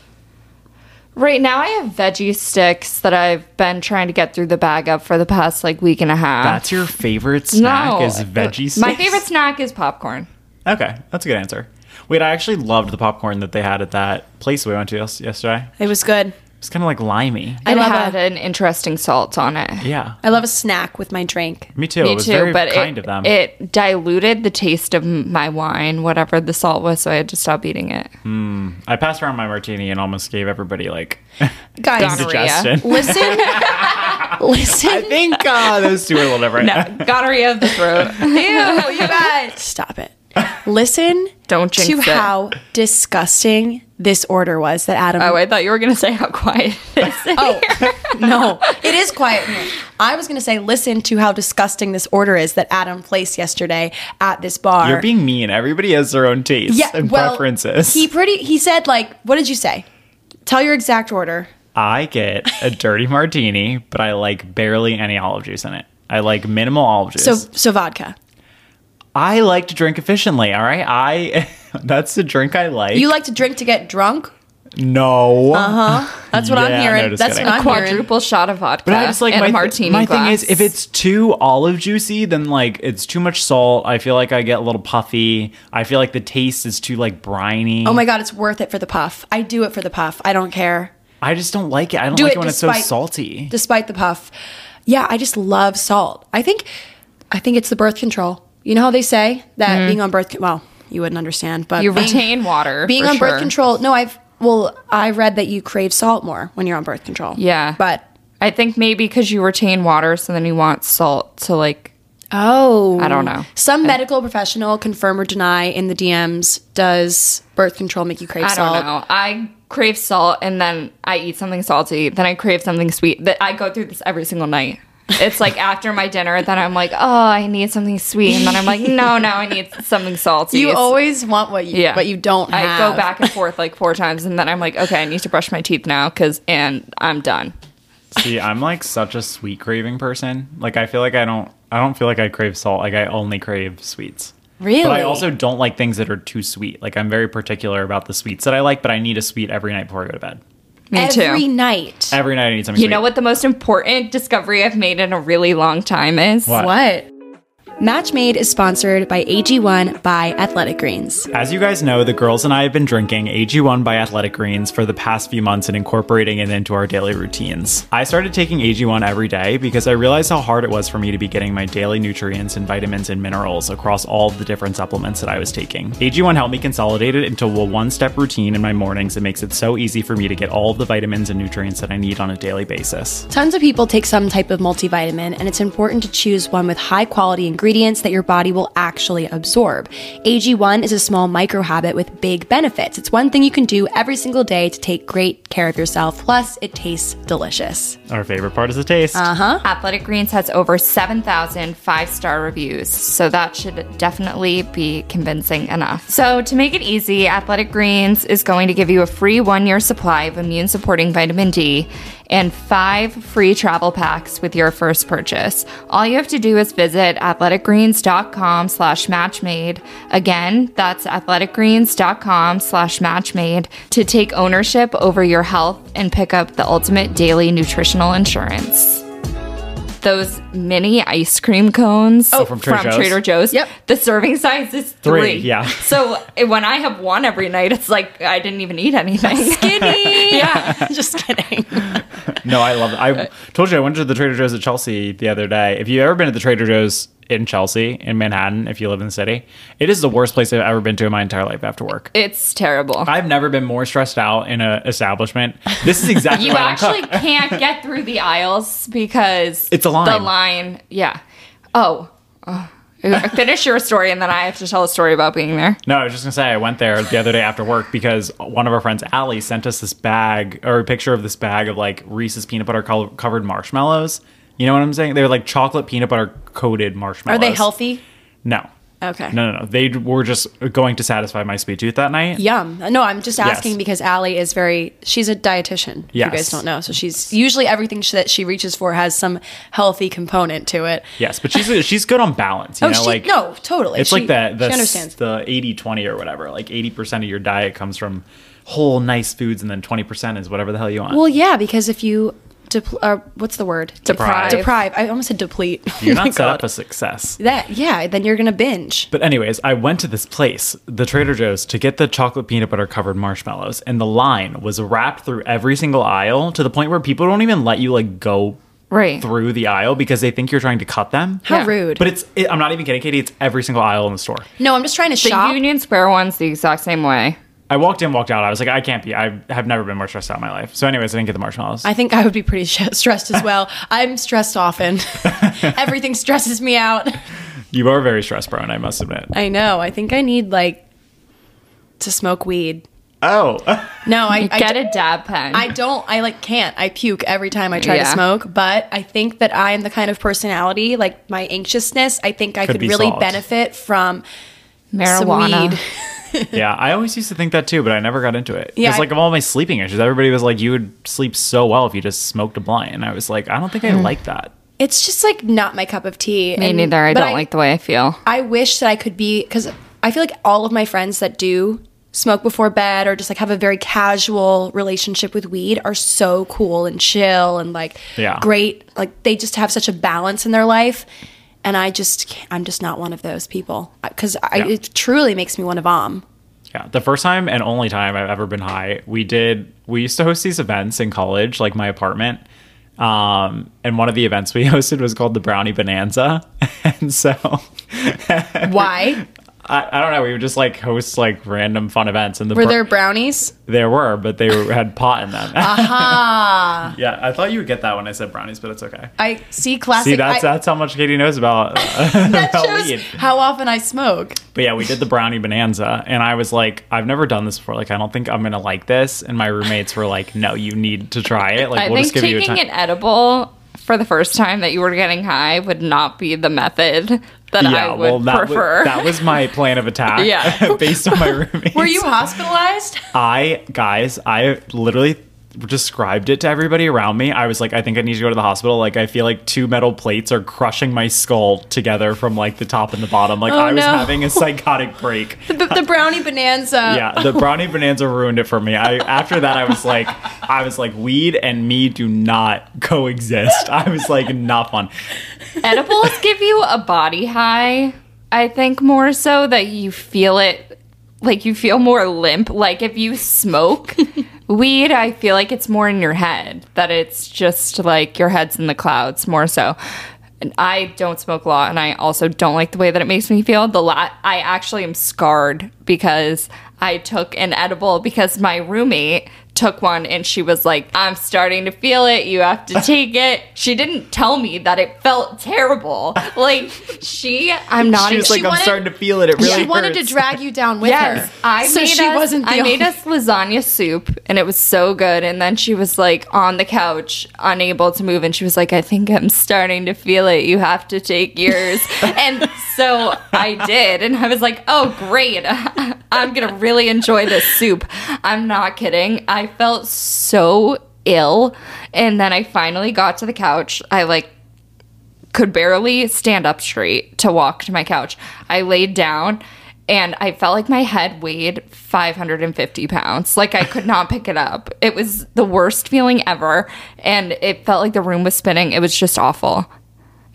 S1: Right now, I have veggie sticks that I've been trying to get through the bag of for the past like week and a half.
S3: That's your favorite snack is veggie sticks?
S1: My favorite snack is popcorn.
S3: Okay, that's a good answer. Wait, I actually loved the popcorn that they had at that place we went to yes- yesterday.
S2: It was good.
S3: It's kind of like limey.
S1: It
S2: love
S1: had an interesting salt on it.
S3: Yeah.
S2: I love a snack with my drink.
S3: Me too.
S1: Me
S3: it was
S1: too,
S3: very
S1: but
S3: kind
S1: it,
S3: of them.
S1: it diluted the taste of m- my wine, whatever the salt was, so I had to stop eating it.
S3: I passed around my martini and almost gave everybody like
S2: Guys,
S1: Gonorrhea.
S3: indigestion.
S2: listen,
S3: I
S2: listen.
S3: think uh, those two are a little different.
S1: Gonorrhea of the throat.
S2: Ew, you guys, stop it. Listen.
S1: Don't jinx
S2: to
S1: it.
S2: how disgusting this order was that Adam.
S1: oh, I thought you were going to say how quiet it is.
S2: Oh, no, it is quiet in here. I was going to say, listen to how disgusting this order is that Adam placed yesterday at this bar.
S3: You're being mean. Everybody has their own tastes and
S2: well,
S3: preferences.
S2: He pretty. He said like, what did you say? Tell your exact order.
S3: I get a dirty martini, but I like barely any olive juice in it. I like minimal olive juice.
S2: So so vodka.
S3: I like to drink efficiently. All right, I that's the drink I like.
S2: You like to drink to get drunk?
S3: no, uh huh.
S2: That's what
S3: Yeah,
S2: I'm
S3: no,
S2: hearing.
S3: just
S2: That's
S3: kidding.
S2: what I'm hearing.
S1: Quadruple shot of vodka
S3: But I just like
S1: and
S3: my
S1: a
S3: th-
S1: martini
S3: my thing
S1: glass.
S3: is if it's too olive juicy, then like it's too much salt. I feel like I get a little puffy. I feel like the taste is too like briny.
S2: Oh my god, it's worth it for the puff. I do it for the puff. I don't care.
S3: I just don't like it. I don't
S2: Do
S3: like
S2: it
S3: it when it's
S2: despite-
S3: so salty.
S2: Despite the puff, yeah, I just love salt. I think, I think it's the birth control. You know how they say that being on birth. con- Well, you wouldn't understand, but
S1: Mm. you
S2: being-
S1: retain water.
S2: being
S1: for
S2: on
S1: sure.
S2: birth control. No, I've well, I read that you crave salt more when you're on birth control.
S1: Yeah.
S2: but
S1: I think maybe because you retain water, so then you want salt to like.
S2: Oh.
S1: I don't know.
S2: Some medical professional, confirm or deny in the DMs, does birth control make you crave
S1: I
S2: salt?
S1: don't know. I crave salt, and then I eat something salty. Then I crave something sweet. That I go through this every single night. It's like after my dinner, then I'm like, oh, I need something sweet, and then I'm like, no, now I need something salty.
S4: You
S1: It's-
S4: always want what you,
S1: Yeah.
S4: but you don't
S1: I
S4: have.
S1: go back and forth like four times, and then I'm like, okay, I need to brush my teeth now, cause and I'm done.
S3: See, I'm like such a sweet craving person. Like I feel like I don't I don't feel like I crave salt. Like I only crave sweets.
S2: Really?
S3: But I also don't like things that are too sweet. Like I'm very particular about the sweets that I like, but I need a sweet every night before I go to bed.
S1: Me
S2: Every
S1: too.
S2: night.
S3: Every night I need something
S1: You
S3: sweet.
S1: know what the most important discovery I've made in a really long time is?
S3: What?
S2: What? Match Made is sponsored by AG1 by Athletic Greens.
S3: As you guys know, the girls and I have been drinking AG1 by Athletic Greens for the past few months and incorporating it into our daily routines. I started taking AG1 every day because I realized how hard it was for me to be getting my daily nutrients and vitamins and minerals across all of the different supplements that I was taking. AG1 helped me consolidate it into a one step routine in my mornings that makes it so easy for me to get all of the vitamins and nutrients that I need on a daily basis.
S2: Tons of people take some type of multivitamin, and it's important to choose one with high quality ingredients that your body will actually absorb. AG1 is a small micro habit with big benefits. It's one thing you can do every single day to take great care of yourself, plus, it tastes delicious.
S3: Our favorite part is the taste.
S1: Athletic Greens has over 7,000 five star reviews, so that should definitely be convincing enough. So, to make it easy, Athletic Greens is going to give you a free one year supply of immune supporting vitamin D and five free travel packs with your first purchase. All you have to do is visit athleticgreens.com slash matchmade. Again, that's athleticgreens.com slash matchmade to take ownership over your health and pick up the ultimate daily nutritional insurance those mini ice cream cones
S3: Oh, from Trader Joe's?
S1: Yep. The serving size is
S3: Three,
S1: three.
S3: yeah.
S1: So eh, when I have one every night, it's like I didn't even eat anything. Skinny. yeah.
S2: Just kidding.
S3: No, I love it. I told you I went to the Trader Joe's at Chelsea the other day. If you've ever been to the Trader Joe's in Chelsea, in Manhattan, if you live in the city, it is the worst place I've ever been to in my entire life after work.
S1: It's terrible.
S3: I've never been more stressed out in an establishment. This is exactly
S1: you
S3: what I'm
S1: actually
S3: talking-
S1: can't get through the aisles because
S3: It's
S1: The
S3: a line.
S1: line. Yeah. Oh. Oh. Finish your story, and then I have to tell a story about being there.
S3: No, I was just gonna say I went there the other day after work because one of our friends, Allie, sent us this bag or a picture of this bag of like Reese's peanut butter col- covered marshmallows. You know what I'm saying? They're like chocolate peanut butter coated marshmallows.
S4: Are they healthy?
S3: No.
S2: Okay.
S3: No, no, no. They were just going to satisfy my sweet tooth that night.
S2: Yum. No, I'm just asking because Allie is very, she's a dietitian. if
S3: Yes.
S2: You guys don't know. So she's usually everything sh- that she reaches for has some healthy component to it.
S3: Yes, but she's she's good on balance. You
S2: oh,
S3: know,
S2: she,
S3: like
S2: no, totally.
S3: it's
S2: She-
S3: like the the,
S2: she understands.
S3: the 80 20 or whatever. Like 80% of your diet comes from whole nice foods and then 20% is whatever the hell you want.
S2: Well, yeah, because if you, depl- uh, what's the word?
S1: Deprive.
S2: Deprive. I almost said deplete.
S3: You're
S2: Oh my
S3: not set up
S2: God.
S3: for success.
S2: that, yeah, then you're going to binge.
S3: But anyways, I went to this place, the Trader Joe's, to get the chocolate peanut butter covered marshmallows, and the line was wrapped through every single aisle to the point where people don't even let you like go
S1: Right.
S3: through the aisle because they think you're trying to cut them.
S2: How
S1: Yeah.
S2: rude.
S3: But it's it, I'm not even kidding, Katie. It's every single aisle in the store.
S2: no, I'm just trying to
S1: The
S2: shop.
S1: Union Square one's the exact same way.
S3: I walked in, walked out. I was like, I can't be. I have never been more stressed out in my life. So, anyways, I didn't get the marshmallows.
S2: I think I would be pretty sh- stressed as well. I'm stressed often.
S4: Everything stresses me out.
S3: you are very stress prone, I must admit.
S2: I know. I think I need like to smoke weed.
S3: oh,
S2: No, I I
S1: Get
S2: d-
S1: a dab pen.
S2: I don't. I like can't. I puke every time I try to
S1: Yeah.
S2: smoke. But I think that I am the kind of personality, like my anxiousness. I think I
S3: Could
S2: could,
S3: be
S2: really
S3: solved.
S2: benefit from some
S1: marijuana.
S2: weed.
S3: yeah. I always used to think that too, but I never got into it.
S2: Yeah,
S3: Because
S2: I-
S3: like of all my sleeping issues, everybody was like, "You would sleep so well if you just smoked a blunt," and I was like, "I don't think I
S2: Hmm.
S3: like that."
S2: It's just like not my cup of tea.
S1: Me neither. I don't like the way I feel.
S2: I wish that I could be because I feel like all of my friends that do smoke before bed or just like have a very casual relationship with weed are so cool and chill and like
S3: Yeah.
S2: great. Like they just have such a balance in their life. And I just, can't, I'm just not one of those people because I
S3: Yeah.
S2: it truly makes me want to vom.
S3: Yeah, the first time and only time I've ever been high, we did. We used to host these events in college, like my apartment. Um, and one of the events we hosted was called the Brownie Bonanza, and so
S2: Why
S3: I, I don't know. We would just like host like random fun events, and the
S2: were
S3: br-
S2: there brownies?
S3: There were, but they were, had pot in them. Aha! yeah, I thought you would get that when I said brownies, but it's okay.
S4: I see classic.
S3: See, that's
S4: I,
S3: that's how much Katie knows about, uh,
S4: that
S3: about
S4: shows
S3: weed.
S4: how often I smoke.
S3: But yeah, we did the brownie bonanza, and I was like, I've never done this before. Like, I don't think I'm gonna like this. And my roommates were like, No, you need to try it. Like,
S1: I
S3: we'll
S1: think
S3: just give you a
S1: taking
S3: time.
S1: an edible for the first time that you were getting high would not be the method that I would
S3: that wa-
S1: prefer.
S3: that was my plan of attack.
S1: Yeah.
S3: based on my roommates.
S4: Were you hospitalized?
S3: I guys, I literally described it to everybody around me, I was like, I think I need to go to the hospital. Like, I feel like two metal plates are crushing my skull together from like the top and the bottom. Like,
S4: Oh,
S3: I was
S4: no.
S3: having a psychotic break.
S4: The, the brownie bonanza.
S3: yeah, the brownie bonanza ruined it for me. I after that, I was like, I was like, weed and me do not coexist. I was like, not fun.
S1: edibles give you a body high i think more so that you feel it like you feel more limp like if you smoke weed i feel like it's more in your head that it's just like your head's in the clouds more so and i don't smoke a lot and i also don't like the way that it makes me feel the lot i actually am scarred because i took an edible because my roommate took one and she was like, I'm starting to feel it. You have to take it. She didn't tell me that it felt terrible. Like, she, I'm not
S3: She was
S1: even.
S3: like, I'm
S4: wanted-
S3: starting to feel it. It really
S4: she wanted to
S3: hurts."
S4: drag you down with
S1: Yes,
S4: her.
S1: I
S4: so
S1: made
S4: she
S1: us,
S4: wasn't the
S1: I made
S4: only-
S1: us lasagna soup, and it was so good. And then she was like on the couch, unable to move, and she was like, "I think I'm starting to feel it. You have to take yours." and so I did, and I was like, "Oh, great! I'm gonna really enjoy this soup." I'm not kidding. I felt so ill, and then I finally got to the couch. I like could barely stand up straight to walk to my couch. I laid down and I felt like my head weighed 550 pounds. Like I could not pick it up. It was the worst feeling ever. And it felt like the room was spinning. It was just awful.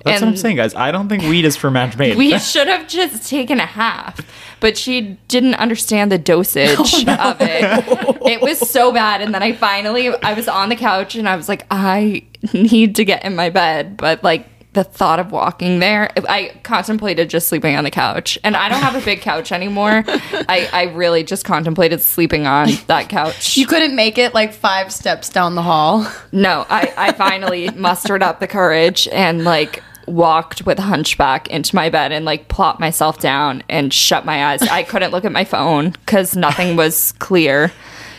S3: That's what I'm
S1: and-
S3: saying, guys. I don't think weed is for match made.
S1: We should have just taken a half, but she didn't understand the dosage of it. It was so bad. And then I finally, I was on the couch and I was like, I need to get in my bed. But like the thought of walking there, I contemplated just sleeping on the couch. And I don't have a big couch anymore. I, I really just contemplated sleeping on that couch.
S4: You couldn't make it like five steps down the hall.
S1: No, I, I finally mustered up the courage and like walked with hunchback into my bed and like plopped myself down and shut my eyes. I couldn't look at my phone because nothing was clear.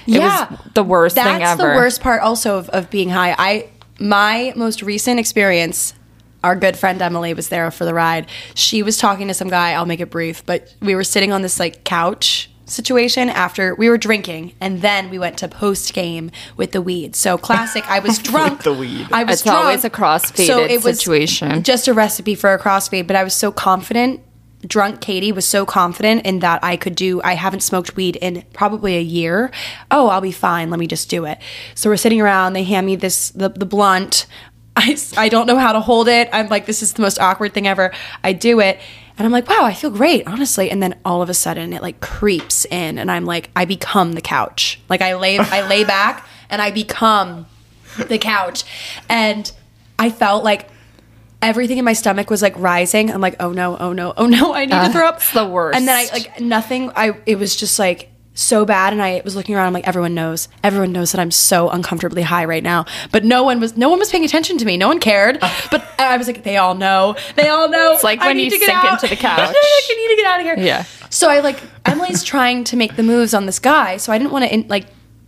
S1: It
S2: Yeah.
S1: was the worst
S2: That's
S1: thing ever.
S2: the worst part also of, of being high. I my most recent experience, our good friend Emily was there for the ride. She was talking to some guy, I'll make it brief, but we were sitting on this like couch situation after we were drinking and then we went to post game with the weed. So classic, I was drunk.
S3: the weed.
S2: I was
S1: It's always
S2: drunk,
S1: a crossfaded situation.
S2: Just a recipe for a crossfade, but I was so confident. Drunk Katie was so confident in that I could do, I haven't smoked weed in probably a year. Oh, I'll be fine. Let me just do it. So we're sitting around. They hand me this, the, the blunt. I, s- I don't know how to hold it. I'm like, this is the most awkward thing ever. I do it. And I'm like, wow, I feel great, honestly. And then all of a sudden it like creeps in and I'm like, I become the couch. Like I lay, I lay back and I become the couch. And I felt like everything in my stomach was like rising. I'm like, oh no, oh no, oh no, I need to throw up.
S1: Uh, it's the worst.
S2: And then I like nothing. I it was just like so bad. And I was looking around. I'm like, everyone knows, everyone knows that I'm so uncomfortably high right now. But no one was, no one was paying attention to me. No one cared. But I was like, they all know, they all know. It's
S1: Uh. like
S2: I
S1: when
S2: need
S1: you
S2: to get
S1: sink
S2: out.
S1: into the couch.
S2: I need to get out of here.
S1: Yeah.
S2: So I like Emily's trying to make the moves on this guy. So I didn't want to like.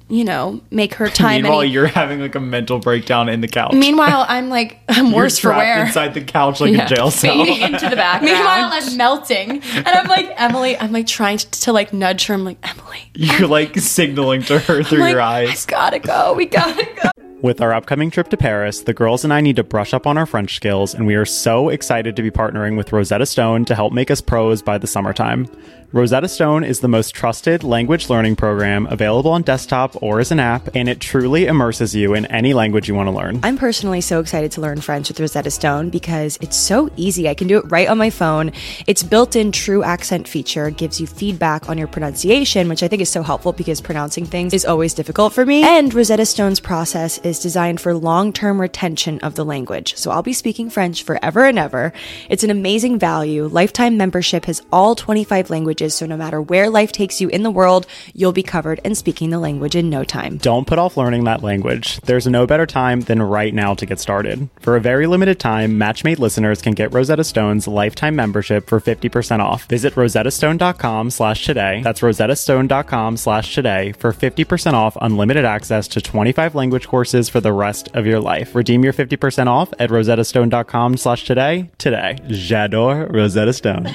S2: You know, make her time.
S3: Meanwhile,
S2: any-
S3: you're having like a mental breakdown in the couch.
S2: Meanwhile, I'm like, I'm
S3: you're
S2: worse for
S3: trapped
S2: wear.
S3: inside the couch like
S1: Yeah.
S3: a jail cell.
S1: Fading into the background.
S2: Meanwhile, I'm melting, and I'm like Emily. I'm like trying to, to like nudge her. I'm like Emily.
S3: You're like signaling to her through
S2: like,
S3: your eyes.
S2: I gotta go. We gotta go.
S3: With our upcoming trip to Paris, the girls and I need to brush up on our French skills, and we are so excited to be partnering with Rosetta Stone to help make us pros by the summertime. Rosetta Stone is the most trusted language learning program available on desktop or as an app, and it truly immerses you in any language you want to learn.
S5: I'm personally so excited to learn French with Rosetta Stone because it's so easy. I can do it right on my phone. Its built in true accent feature gives you feedback on your pronunciation, which I think is so helpful because pronouncing things is always difficult for me. And Rosetta Stone's process is designed for long term retention of the language. So I'll be speaking French forever and ever. It's an amazing value. Lifetime membership has all 25 languages, so no matter where life takes you in the world, you'll be covered and speaking the language in no time.
S6: Don't put off learning that language. There's no better time than right now to get started. For a very limited time, Matchmade listeners can get Rosetta Stone's lifetime membership for 50% off. Visit rosettastone.com slash today. That's rosettastone.com slash today for 50% off unlimited access to 25 language courses for the rest of your life. Redeem your 50% off at rosettastone.com slash today today. J'adore Rosetta Stone.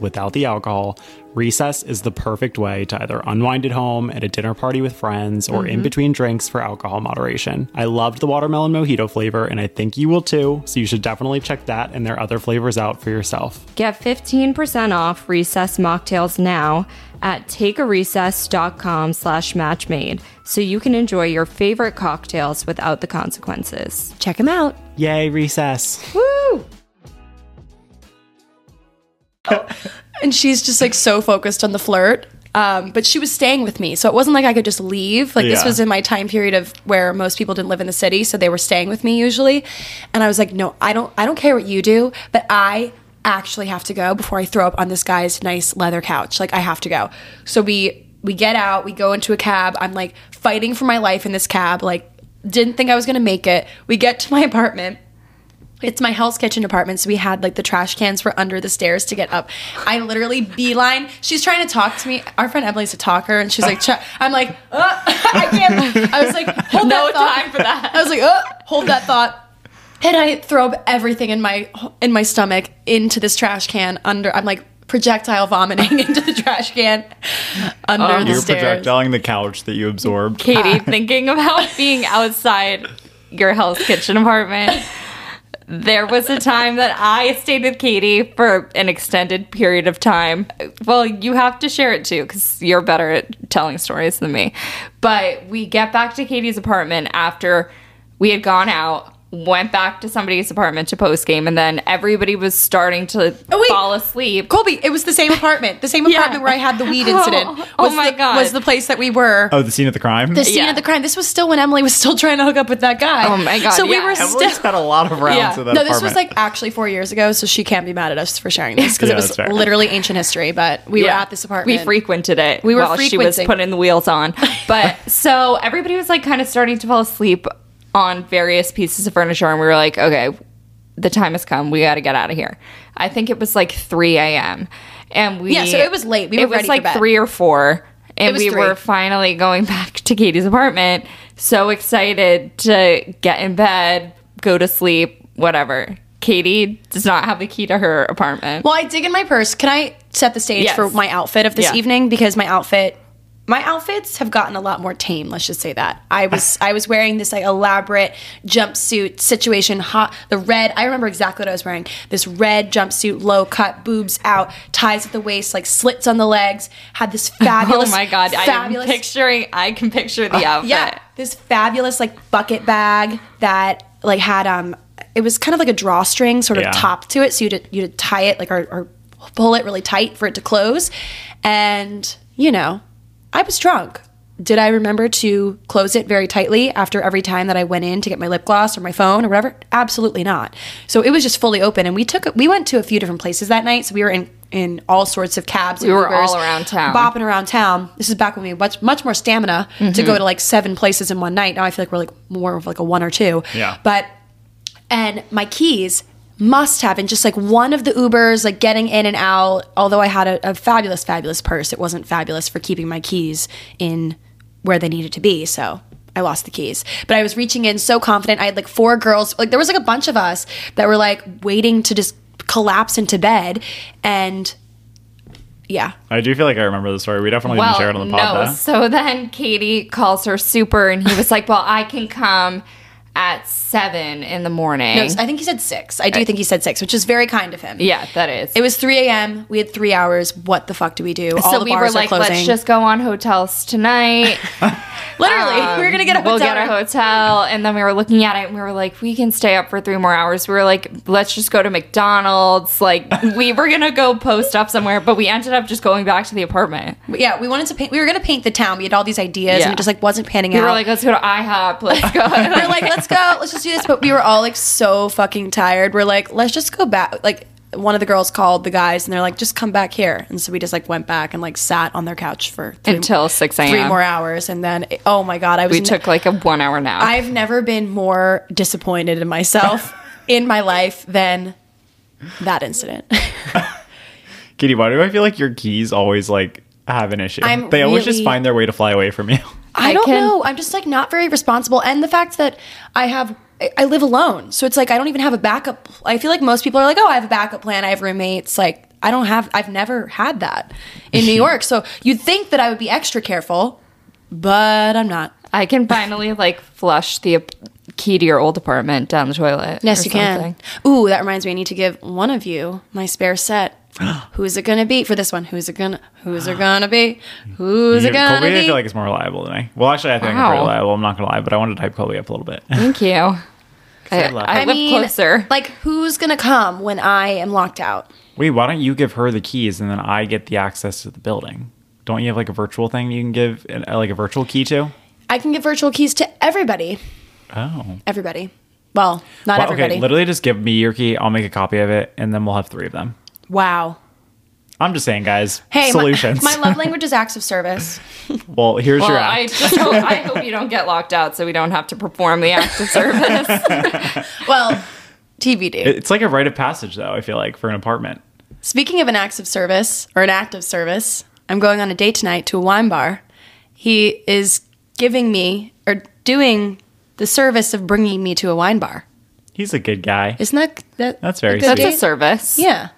S6: without the alcohol, recess is the perfect way to either unwind at home, at a dinner party with friends, or
S3: Mm-hmm.
S6: in between drinks for alcohol moderation. I loved the watermelon mojito flavor, and I think you will too, so you should definitely check that and their other flavors out for yourself.
S1: Get 15% off recess mocktails now at takearecess.com slash matchmade so you can enjoy your favorite cocktails without the consequences.
S5: Check them out.
S6: Yay, recess!
S1: Woo!
S2: and she's just like so focused on the flirt. Um, but she was staying with me, so it wasn't like I could just leave. Like this
S6: Yeah.
S2: was in my time period of where most people didn't live in the city, so they were staying with me usually. And I was like, no, I don't, I don't care what you do, but I actually have to go before I throw up on this guy's nice leather couch. Like I have to go. So we we get out, we go into a cab. I'm like fighting for my life in this cab. Like didn't think I was gonna make it. We get to my apartment it's my Hell's Kitchen apartment, so we had like the trash cans were under the stairs to get up. I literally beeline. She's trying to talk to me. Our friend Emily's a talker, and she's like, "Ch-" I'm like, uh, I can't. I was like, hold no that thought. time for that. I was like, uh, hold that thought. And I throw up everything in my in my stomach into this trash can under. I'm like projectile vomiting into the trash can under the
S3: You're
S2: stairs.
S3: projectiling the couch that you absorbed.
S2: Uh,
S1: Katie, thinking about being outside your Hell's Kitchen apartment. There was a time that I stayed with Katie for an extended period of time. Well, you have to share it too because you're better at telling stories than me. But we get back to Katie's apartment after we had gone out, went back to somebody's apartment to post game, and then everybody was starting to
S2: Oh, wait.
S1: fall asleep.
S2: Colby, it was the same apartment, the same apartment where I had the weed incident.
S1: Oh,
S2: Was
S1: oh my
S2: the,
S1: God.
S2: was the place that we were.
S3: Oh, the scene of the crime.
S2: the scene
S1: Yeah.
S2: of the crime. This was still when Emily was still trying to hook up with that guy.
S1: Oh my God,
S2: So we
S1: yeah.
S2: were
S1: Emily's
S2: still.
S3: Emily's had a lot of rounds
S1: Yeah.
S3: of
S2: No,
S3: that.
S2: this was
S3: apartment.
S2: like actually four years ago, so she can't be mad at us for sharing this because
S3: Yeah,
S2: it
S3: that's
S2: was
S3: fair.
S2: literally ancient history. But we were at this apartment.
S1: We frequented it.
S2: We were
S1: while she was
S2: frequenting.
S1: putting the wheels on. But so everybody was like kind of starting to fall asleep on various pieces of furniture, and we were like, okay, the time has come. We got to get out of here. I think it was like 3 a.m. And we
S2: Yeah, so it was late. We
S1: it
S2: were
S1: was
S2: ready for
S1: like
S2: bed.
S1: three or four, and
S2: was
S1: we
S2: three.
S1: were finally going back to Katie's apartment. So excited to get in bed, go to sleep, whatever. Katie does not have the key to her apartment.
S2: Well, I dig in my purse. Can I set the stage
S1: Yes.
S2: for my outfit of this
S1: Yeah.
S2: evening? Because my outfit, my outfits have gotten a lot more tame. Let's just say that I was I was wearing this like elaborate jumpsuit situation. Hot the red. I remember exactly what I was wearing. This red jumpsuit, low cut, boobs out, ties at the waist, like slits on the legs. Had this fabulous.
S1: oh my god,
S2: fabulous Uh,
S1: I am picturing I can picture the outfit.
S2: yeah, this fabulous like bucket bag that like had um, it was kind of like a drawstring sort of
S3: Yeah.
S2: top to it, so you would you would tie it like or, or pull it really tight for it to close, and you know, I was drunk. Did I remember to close it very tightly after every time that I went in to get my lip gloss or my phone or whatever? Absolutely not. So it was just fully open, and we took we went to a few different places that night. So we were in in all sorts of cabs. We
S1: were all around town.
S2: bopping around town. This is back when we had much much more stamina to go to like seven places in one night. Now I feel like we're like more of like a one or two.
S3: Yeah.
S2: But and my keys must have and just like one of the Ubers, like getting in and out. Although I had a, a fabulous, fabulous purse, it wasn't fabulous for keeping my keys in where they needed to be. So I lost the keys. But I was reaching in so confident. I had like four girls, like there was like a bunch of us that were like waiting to just collapse into bed. And yeah,
S3: I do feel like I remember the story. We definitely didn't share it on the pod. though.
S1: So then Katie calls her super and he was like, Well, I can come at seven in the morning.
S2: No, I think he said six. I do think he said six, which is very kind of him.
S1: yeah, that is.
S2: It was 3 a.m. We had three hours. What the fuck do we do? All
S1: so
S2: the
S1: we were
S2: bars
S1: like,
S2: are closing.
S1: let's just go on hotels tonight. Um,
S2: literally, we were gonna get a hotel.
S1: We'll get a hotel. And then we were looking at it and we were like, we can stay up for three more hours. We were like, let's just go to McDonald's. Like, we were going to go post up somewhere, but we ended up just going back to the apartment.
S2: yeah, we wanted to paint. We were gonna paint the town. We had all these ideas,
S1: Yeah.
S2: and it just like wasn't panning
S1: We
S2: out.
S1: were like, let's go to IHOP. Let's go.
S2: we're like, let's go, let's just do this. But we were all like so fucking tired. We're like, let's just go back. Like one of the girls called the guys and they're like, just come back here. And so we just like went back and like sat on their couch for three,
S1: Until 6 a.m..
S2: Three more hours. And then, oh my God, I was.
S1: We
S2: ne-
S1: took like a one hour nap.
S2: I've never been more disappointed in myself in my life than that incident.
S4: Kitty, why do I feel like your keys always like have an issue?
S2: I'm
S4: they always just
S2: really-
S4: find their way to fly away from you.
S2: I, don't
S1: can-
S2: know. I'm just like not very responsible. And the fact that I have, I- I live alone. So it's like I don't even have a backup. I feel like most people are like, oh, I have a backup plan. I have roommates. Like, I don't have, I've never had that in New York. So you'd think that I would be extra careful, but I'm not.
S1: I can finally like flush the ap- key to your old apartment down the toilet.
S2: Yes,
S1: or
S2: you can.
S1: something.
S2: Ooh, that reminds me. I need to give one of you my spare set. Who's it gonna be for this one? Who's it gonna? Who's it gonna be? Who's
S4: You-
S2: it gonna
S4: Colby, I
S2: be?
S4: feel like it's more reliable than I. Well, actually, I think I'm pretty
S1: Wow.
S4: reliable. I'm not gonna lie, but I want to type Colby up a little bit.
S1: Thank you. I, I,
S4: love
S1: live closer.
S2: Like, who's gonna come when I am locked out?
S4: Wait, why don't you give her the keys and then I get the access to the building? Don't you have like a virtual thing you can give an, uh, like a virtual key to?
S2: I can give virtual keys to everybody.
S4: Oh,
S2: Everybody. Well, not
S4: Wow,
S2: everybody.
S4: okay. Literally, just give me your key. I'll make a copy of it, and then we'll have three of them.
S2: wow.
S4: I'm just saying, guys.
S2: Hey, my-
S4: solutions.
S2: My, love language is acts of service.
S4: well, here's
S1: well,
S4: your
S1: I
S4: act.
S1: just hope, I hope you don't get locked out so we don't have to perform the act of service.
S2: Well, TBD.
S4: it's like a rite of passage, though. I feel like for an apartment.
S2: Speaking of an act of service or an act of service, I'm going on a date tonight to a wine bar. He is giving me or doing the service of bringing me to a wine bar.
S4: He's a good guy.
S2: Isn't that, that
S4: That's very
S2: good
S1: That's a
S2: date?
S1: service.
S2: yeah?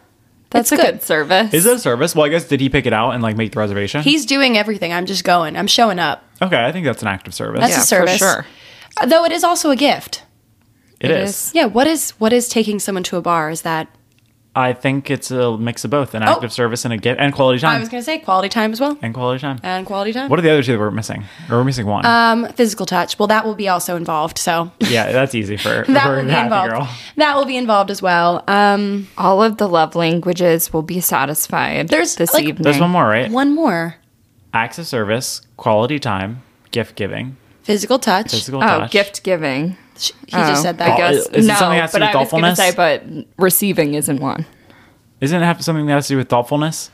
S1: That's a
S2: it's
S1: good, service.
S4: Is it a service? Well, I guess did he pick it out and like make the reservation?
S2: He's doing everything. I'm just going. I'm showing up.
S4: okay, I think that's an act of service.
S2: That's
S1: Yeah,
S2: a service, Uh,
S1: for sure.
S2: Though it is also a gift.
S4: it is.
S2: Yeah. What is what is taking someone to a bar? Is that
S4: I think it's a mix of both an act
S2: Oh.
S4: of service and a get and quality
S2: I
S4: time.
S2: was Uh, going to say quality time as well
S4: and quality time.
S2: and quality time.
S4: what are the other two that we're missing? Or we're missing one.
S2: um, physical touch. Well, that will be also involved. So
S4: yeah, that's easy for,
S2: that
S4: for
S2: will be
S4: happy
S2: involved.
S4: girl.
S2: That will be involved as well. Um,
S1: All of the love languages will be satisfied
S2: There's,
S1: this
S2: like-
S1: evening.
S4: There's one more, right?
S2: one more
S4: Acts of service, quality time, gift giving,
S2: physical touch.
S4: physical
S1: Oh,
S4: touch.
S1: gift giving.
S2: Sh- He just
S1: Oh,
S2: said
S1: I
S2: that.
S1: guess
S4: is it
S1: no,
S4: something that has
S1: but
S4: to do with
S1: I was going to
S4: thoughtfulness?
S1: say, but receiving isn't one.
S4: Isn't it have something that has to do with thoughtfulness?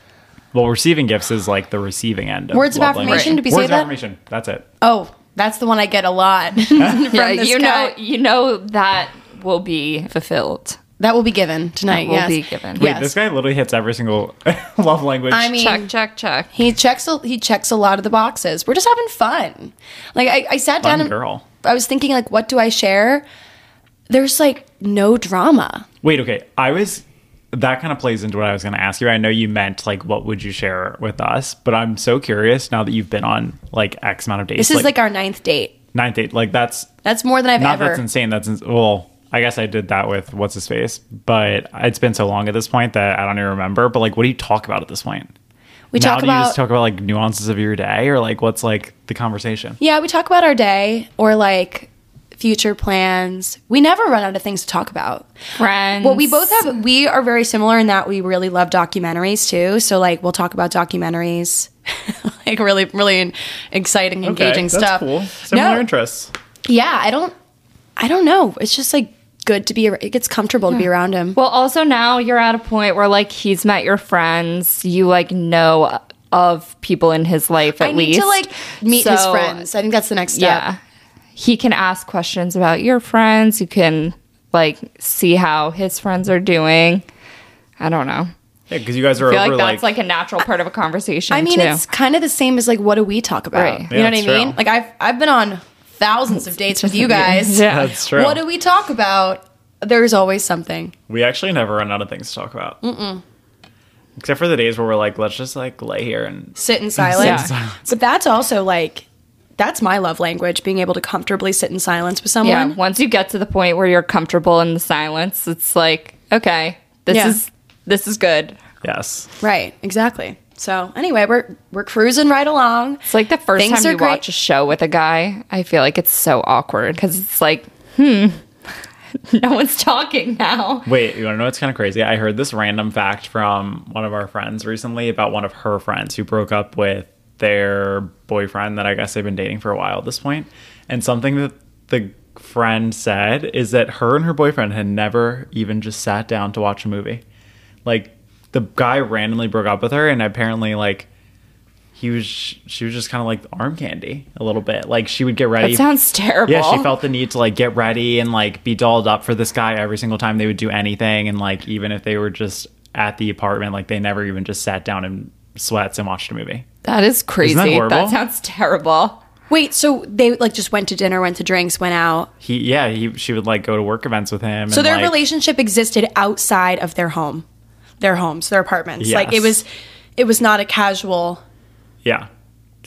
S4: Well, receiving gifts is like the receiving end. Of
S2: Words of
S4: love language.
S2: affirmation, did we
S4: Words
S2: say
S4: of
S2: that?
S4: affirmation. That's it.
S2: Oh, that's the one I get a lot. from
S1: Yeah,
S2: this
S1: you
S2: guy.
S1: know, you know that will be fulfilled.
S2: that will be given tonight.
S1: will
S2: yes.
S1: be given. Wait,
S4: Wait,
S2: Yes.
S4: this guy literally hits every single love language.
S2: I mean,
S1: Check, check, check.
S2: he checks. A, he checks a lot of the boxes. We're just having fun. Like I, I sat down
S4: fun
S2: and
S4: girl.
S2: I was thinking, like, what do I share? There's like no drama.
S4: Wait, okay. I was that kind of plays into what I was going to ask you. I know you meant like what would you share with us, but I'm so curious now that you've been on like X amount of dates.
S2: This is like our ninth date.
S4: ninth date. Like that's
S2: That's more than I've
S4: not
S2: ever.
S4: that's insane. That's ins- well, I guess I did that with what's his face, but it's been so long at this point that I don't even remember. But like, what do you talk about at this point?
S2: we
S4: now
S2: talk
S4: do you
S2: about
S4: just talk about like nuances of your day or like what's like the conversation?
S2: yeah, we talk about our day or like future plans. We never run out of things to talk about.
S1: Friends.
S2: Well, we both have we are very similar in that we really love documentaries too. So like we'll talk about documentaries. like really really exciting engaging stuff.
S4: Similar
S2: No.
S4: interests.
S2: Yeah, I don't I don't know. It's just like good to be ar- it gets comfortable to be around him.
S1: Well, also now you're at a point where like he's met your friends. You like know of people in his life at
S2: I
S1: least.
S2: need to like meet his
S1: So,
S2: friends. I think that's the next step.
S1: Yeah. He can ask questions about your friends. You can like see how his friends are doing. I don't know.
S4: Yeah, because you guys are
S1: I feel
S4: over
S1: like that's like, a natural part of a conversation.
S2: I mean,
S1: too.
S2: it's kind of the same as like what do we talk about?
S1: Right.
S2: You
S4: Yeah,
S2: know what I
S4: that's true.
S2: mean? Like I've I've been on thousands of dates with you guys.
S1: Yeah.
S4: that's true.
S2: What do we talk about? There's always something.
S4: We actually never run out of things to talk about. Mm-mm. Except for the days where we're like, let's just like lay here and
S2: sit in silence.
S1: silence.
S2: But that's also like that's my love language, being able to comfortably sit in silence with someone.
S1: Yeah, once you get to the point where you're comfortable in the silence, it's like, okay, this
S2: Yeah.
S1: is this is good.
S4: yes.
S2: Right, exactly. So anyway, we're we're cruising right along.
S1: It's like the first
S2: Things
S1: time
S2: are
S1: you
S2: great.
S1: watch a show with a guy, I feel like it's so awkward because it's like, hmm, no one's talking now.
S4: Wait, you want to know what's kind of crazy? I heard this random fact from one of our friends recently about one of her friends who broke up with their boyfriend that I guess they've been dating for a while at this point. And something that the friend said is that her and her boyfriend had never even just sat down to watch a movie. like the guy randomly broke up with her, and apparently like he was she was just kind of like arm candy a little bit. Like she would get ready.
S1: That sounds terrible.
S4: Yeah, she felt the need to like get ready and like be dolled up for this guy every single time they would do anything, and like even if they were just at the apartment, like they never even just sat down in sweats and watched a movie.
S1: That is crazy.
S4: horrible?
S1: that sounds terrible.
S2: Wait, so they like just went to dinner, went to drinks, went out.
S4: He yeah he she would like go to work events with him.
S2: So
S4: and,
S2: their
S4: like,
S2: relationship existed outside of their home, their homes, their apartments. Like it
S4: Yes.
S2: was, it was not a casual.
S4: yeah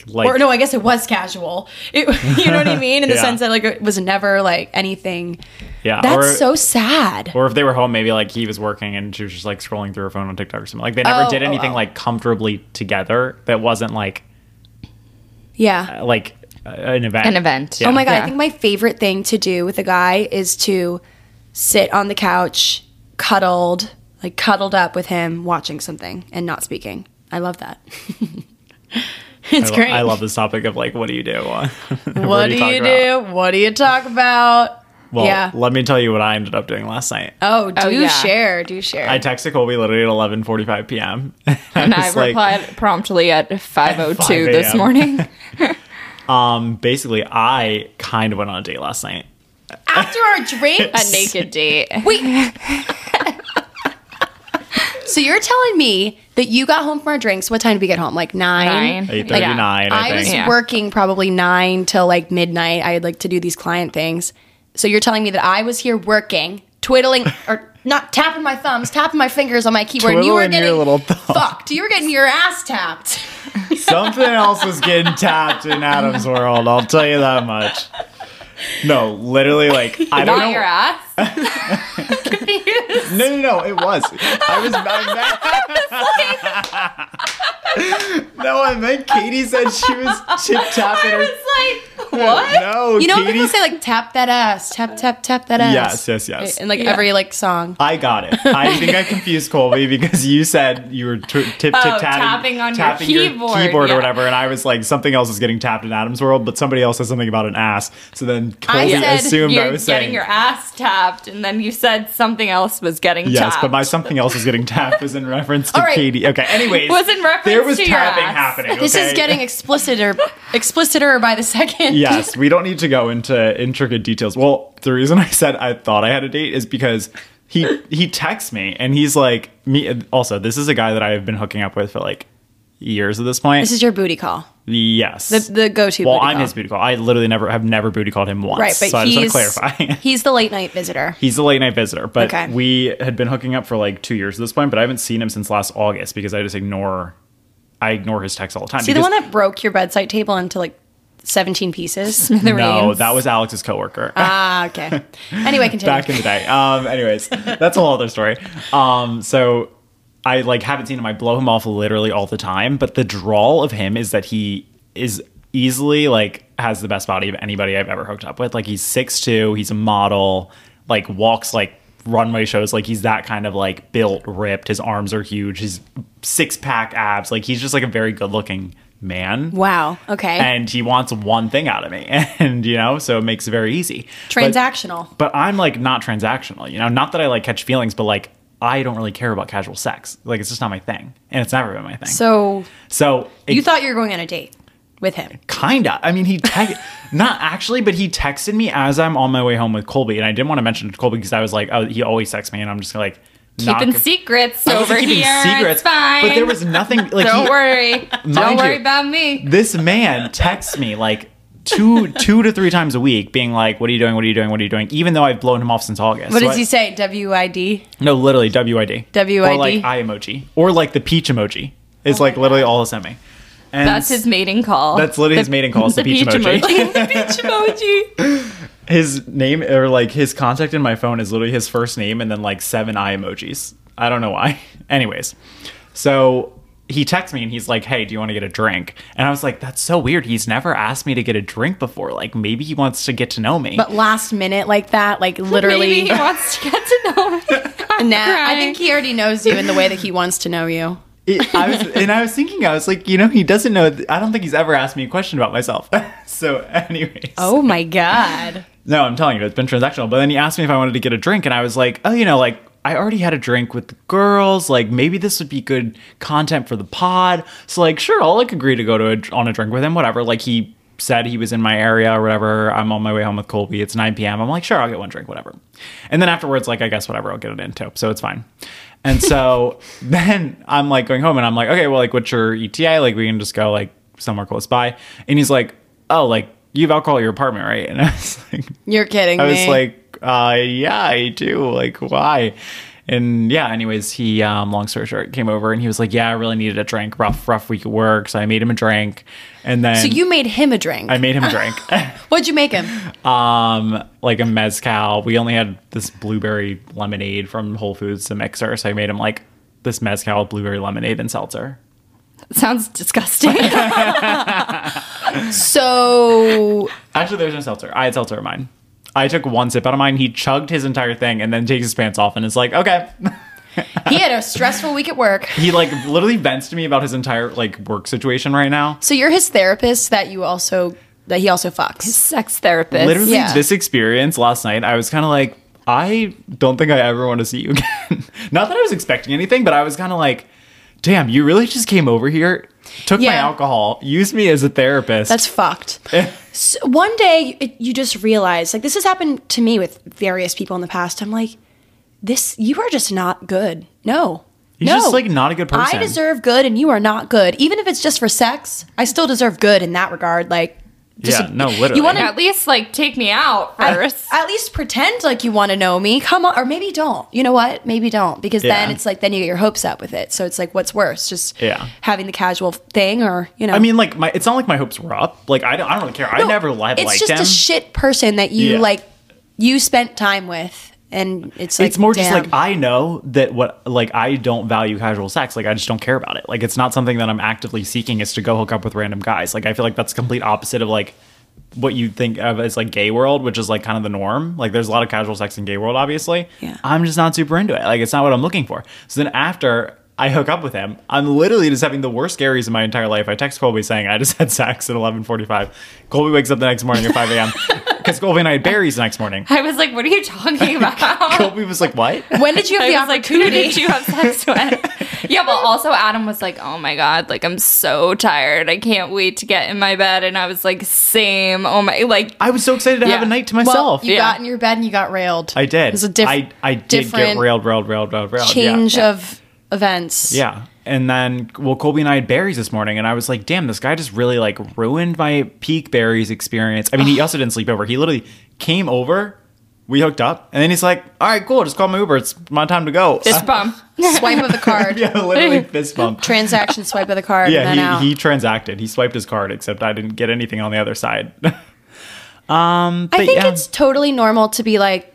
S4: like
S2: Or no, I guess it was casual. It, you know what I mean? In the
S4: Yeah.
S2: sense that like it was never like anything.
S4: yeah
S2: That's
S4: or,
S2: so sad.
S4: Or if they were home, maybe like he was working and she was just like scrolling through her phone on TikTok or something. Like they never
S2: Oh,
S4: did
S2: oh,
S4: anything
S2: oh.
S4: like comfortably together that wasn't like
S2: Yeah.
S4: like uh, an event.
S1: An event.
S4: Yeah.
S2: Oh my god,
S1: Yeah.
S2: I think my favorite thing to do with a guy is to sit on the couch, cuddled, like cuddled up with him, watching something and not speaking. I love that.
S4: I,
S2: it's
S4: lo-
S2: great.
S4: I love this topic of like, what do you do?
S3: What do you do? What do you talk about?
S4: Well,
S2: Yeah.
S4: let me tell you what I ended up doing last night.
S3: Oh, do
S1: yeah.
S3: share, do share.
S4: I texted Colby literally at eleven forty five p.m.
S1: And I
S4: was like-
S1: replied promptly at 5:02 this
S4: 5 a.m..
S1: morning.
S4: Um, basically, I kind of went on a date last night.
S3: After our drink,
S1: A naked date.
S3: so you're telling me that you got home from our drinks. What time did we get home? Like nine.
S1: Nine.
S4: Eight thirty nine. I,
S3: I
S4: think.
S3: was
S1: Yeah.
S3: working probably nine till like midnight. I had like to do these client things. So you're telling me that I was here working, twiddling or not tapping my thumbs, tapping my fingers on my keyboard. and you were
S4: Twiddling
S3: getting
S4: your little thumb.
S3: fucked. You were getting your ass tapped.
S4: Something else was getting tapped in Adam's world. I'll tell you that much. No, literally, like I don't
S1: Not
S4: know.
S1: your ass.
S4: No, no, no. It was. I was. I meant, no, I meant Katie said she was tip tapping her.
S3: it's like
S4: What? No,
S3: you know when
S4: Oh, Katie.
S3: people say like tap that ass, tap tap tap that ass.
S4: yes, yes, yes.
S3: In like every like song.
S4: I got it. I think I confused Colby because you said you were t- tip tip
S1: Oh,
S4: tapping,
S1: tapping on your keyboard,
S4: keyboard
S1: yeah.
S4: or whatever, and I was like, something else is getting tapped in Adam's world, but somebody else said something about an ass. So then Colby
S3: said
S4: assumed
S1: You're
S4: I was
S1: getting
S4: saying
S1: your ass tapped, and then you said something else was getting
S4: Yes,
S1: tapped.
S4: but my something else is getting tapped was in reference to
S3: right.
S4: Katie. Okay. Anyways,
S1: Was in reference
S4: there was
S1: to your
S4: tapping
S1: ass.
S4: happening.
S3: This is
S4: okay?
S3: getting expliciter expliciter by the second.
S4: yes, we don't need to go into intricate details. Well, the reason I said I thought I had a date is because he he texts me and he's like me. Also, this is a guy that I have been hooking up with for like years at this point.
S2: This is your booty call.
S4: yes,
S2: The go-to.
S4: well,
S2: booty
S4: I'm
S2: call.
S4: his booty call. I literally never have never booty called him once.
S2: Right, but
S4: so I just want to
S2: he's
S4: clarify.
S2: he's the late night visitor.
S4: He's a late night visitor, but
S2: Okay.
S4: we had been hooking up for like two years at this point. But I haven't seen him since last August because I just ignore, I ignore his texts all the time.
S2: See the
S4: because-
S2: one that broke your bedside table into like 17 pieces?
S4: no, that was Alex's coworker.
S2: ah, okay. Anyway, continue.
S4: back in the day. Um, anyways, that's a whole other story. Um, so I like haven't seen him. I blow him off literally all the time, but the drawl of him is that he is easily like has the best body of anybody I've ever hooked up with. Like he's 6'2", he's a model, like walks like runway shows like he's that kind of like built ripped his arms are huge his six pack abs like he's just like a very good looking man
S2: wow. Okay.
S4: and he wants one thing out of me and you know so it makes it very easy But-
S2: Transactional.
S4: but I'm like not transactional, you know. Not that I like catch feelings, but like I don't really care about casual sex. Like it's just not my thing, and it's never been my thing.
S2: so
S4: so it
S2: you thought you were going on a date with him.
S4: kinda. I mean, he te- not actually, but he texted me as I'm on my way home with Colby, and I didn't want to mention it to Colby because I was like, oh, he always texts me, and I'm just like. not
S1: keeping
S4: gonna-
S1: secrets
S4: I wasn't
S1: over
S4: keeping
S1: here.
S4: secrets,
S1: it's fine.
S4: but there was nothing. Like,
S1: Don't
S4: he-
S1: worry. Don't
S4: Mind
S1: worry
S4: you,
S1: about me.
S4: this man texts me like two two to three times a week, being like, "What are you doing? What are you doing? What are you doing?" Even though I've blown him off since August.
S2: What
S4: So
S2: does
S4: I-
S2: he say? WID?
S4: No, literally WID.
S2: WID.
S4: Or like eye emoji. Or like the peach emoji. It's like literally all it sent me. And
S1: Oh That's his mating call.
S4: That's literally his mating call. It's the, peach, emoji. His name or like his contact in my phone is literally his first name and then like seven eye emojis. I don't know why. Anyways, so he texts me and he's like, "Hey, do you want to get a drink?" And I was like, "That's so weird. He's never asked me to get a drink before. Like maybe he wants to get to know me."
S2: But last minute like that, like literally.
S1: Maybe he wants to get to know me. I'm
S2: Nah, I
S1: crying.
S2: think he already knows you in the way that he wants to know you.
S4: It- I was, and I was thinking, I was like, you know, he doesn't know. I don't think he's ever asked me a question about myself. so, anyways,
S2: Oh my god.
S4: no, I'm telling you, it's been transactional. But then he asked me if I wanted to get a drink, and I was like, oh, you know, like I already had a drink with the girls. Like, maybe this would be good content for the pod. So, like, sure, I'll like agree to go to a, on a drink with him, whatever. Like, he said he was in my area or whatever. I'm on my way home with Colby. It's 9 p.m. I'm like, sure, I'll get one drink, whatever. And then afterwards, like, I guess whatever, I'll get it into. So it's fine. And so then I'm like going home and I'm like, okay, well, like, what's your ETA? Like, we can just go like somewhere close by. And he's like, oh, like, you have alcohol at your apartment, right? And I was like,
S2: You're kidding
S4: I
S2: me.
S4: was like, uh, yeah, I do. Like, why? And yeah, anyways, he, um, long story short, came over and he was like, yeah, I really needed a drink. Rough, rough week at work. So I made him a drink. And then
S2: so you made him a drink.
S4: I made him a drink.
S2: What'd you make him?
S4: um, like a mezcal. We only had this blueberry lemonade from Whole Foods, the mixer. So I made him like this mezcal, blueberry lemonade, and seltzer.
S1: Sounds disgusting.
S2: So
S4: Actually, there's no seltzer. I had seltzer in mine. I took one sip out of mine. He chugged his entire thing and then takes his pants off and is like, okay.
S2: he had a stressful week at work.
S4: He like literally vents to me about his entire like work situation right now.
S2: So you're his therapist that you also that he also fucks.
S1: Sex therapist.
S4: Literally,
S2: Yeah.
S4: this experience last night, I was kind of like, I don't think I ever want to see you again. Not that I was expecting anything, but I was kind of like, damn, you really just came over here, took my
S2: Yeah.
S4: alcohol, used me as a therapist.
S2: That's fucked.
S7: S- one day it, you just realize like this has happened to me with various people in the past i'm like this you are just not good no
S4: He's
S7: no.
S4: just, like, not a good person.
S7: i deserve good and you are not good even if it's just for sex i still deserve good in that regard like
S4: yeah, no, literally.
S7: you want to
S1: at least like take me out first.
S7: at least
S2: Pretend like you want to know me. Come on, or maybe don't. You know what? Maybe don't because then
S4: Yeah.
S2: it's like then you get your hopes up with it. So it's like what's worse, just
S4: Yeah.
S2: having the casual thing or you know.
S4: I mean, like, my it's not like my hopes were up. Like, I don't, I don't really care. I
S2: No,
S4: never li-
S2: It's
S4: liked
S2: just
S4: him.
S2: a shit person that you
S4: Yeah.
S2: like. You spent time with, and it's like
S4: it's more just
S2: damn.
S4: like I know that what like I don't value casual sex. Like I just don't care about it. Like it's not something that I'm actively seeking is to go hook up with random guys. Like I feel like that's complete opposite of like what you think of as like gay world, which is like kind of the norm. Like there's a lot of casual sex in gay world, obviously.
S7: Yeah.
S4: I'm just not super into it. Like it's not what I'm looking for. So then after I hook up with him, I'm literally just having the worst Gary's in my entire life. I text Colby saying I just had sex at 11:45. Colby wakes up the next morning at 5 a.m. because Colby and I had berries the next morning.
S1: I was like, what are you talking about?
S4: Colby was like, "What?"
S2: when did you have
S1: I
S2: the
S1: was like, who
S2: opportunity?
S1: did you have sex with? yeah, but also Adam was like, oh my god, like I'm so tired. I can't wait to get in my bed. And I was like, same. Oh my, like
S4: I was so excited to have
S1: Yeah.
S4: a night to
S2: well,
S4: myself.
S2: you
S1: yeah.
S2: got in your bed and you got railed.
S4: I did.
S2: It's a diff-
S4: I, I did get
S2: different
S4: railed, railed, railed, railed, railed.
S2: change
S4: yeah.
S2: of events.
S4: Yeah. And then, well, Colby and I had berries this morning, and I was like, damn, this guy just really like ruined my peak berries experience. I mean, he also didn't sleep over. He literally came over, we hooked up, and then he's like, all right, cool, just call my Uber. It's my time to go.
S1: fist bump.
S2: Swipe of the card.
S4: yeah, literally fist bump.
S2: Transaction swipe of the card. and then
S4: Yeah,
S2: out.
S4: he, he transacted. He swiped his card, except I didn't get anything on the other side. um, but
S2: I think
S4: yeah.
S2: it's totally normal to be like,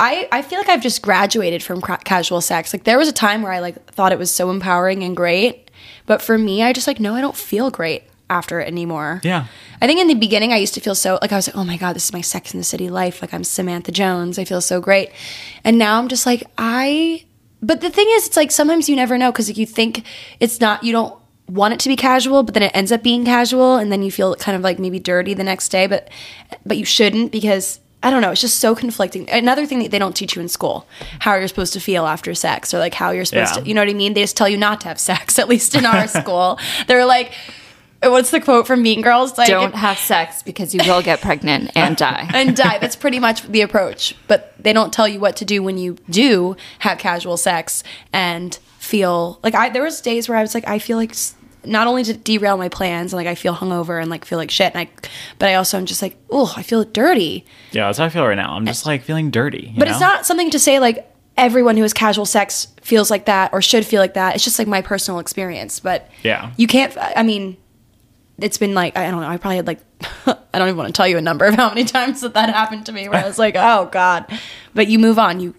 S2: I, I feel like I've just graduated from cra- casual sex. Like there was a time where I like thought it was so empowering and great, but for me, I just like no, I don't feel great after it anymore.
S4: Yeah.
S2: I think in the beginning I used to feel so like I was like, oh my god, this is my Sex in the City life. Like I'm Samantha Jones. I feel so great, and now I'm just like I. But the thing is, it's like sometimes you never know because like, you think it's not you don't want it to be casual, but then it ends up being casual, and then you feel kind of like maybe dirty the next day. But but you shouldn't because I don't know. It's just so conflicting. Another thing that they don't teach you in school how you're supposed to feel after sex or like how you're supposed
S4: Yeah.
S2: to. You know what I mean? They just tell you not to have sex. At least in our school, they're like. What's the quote from Mean Girls? Like,
S1: Don't have sex because you will get pregnant and die.
S2: and die. That's pretty much the approach. But they don't tell you what to do when you do have casual sex and feel like I. There was days where I was like, I feel like s- not only did it derail my plans and like I feel hungover and like feel like shit, and I, but I also am just like, oh, I feel dirty.
S4: yeah, that's how I feel right now. I'm just like feeling dirty.
S2: But it's not something to say like everyone who has casual sex feels like that or should feel like that. It's just like my personal experience. But
S4: Yeah.
S2: you can't. I mean, it's been like I don't know. I probably had like I don't even want to tell you a number of how many times that that happened to me where I was like, oh god. But you move on. You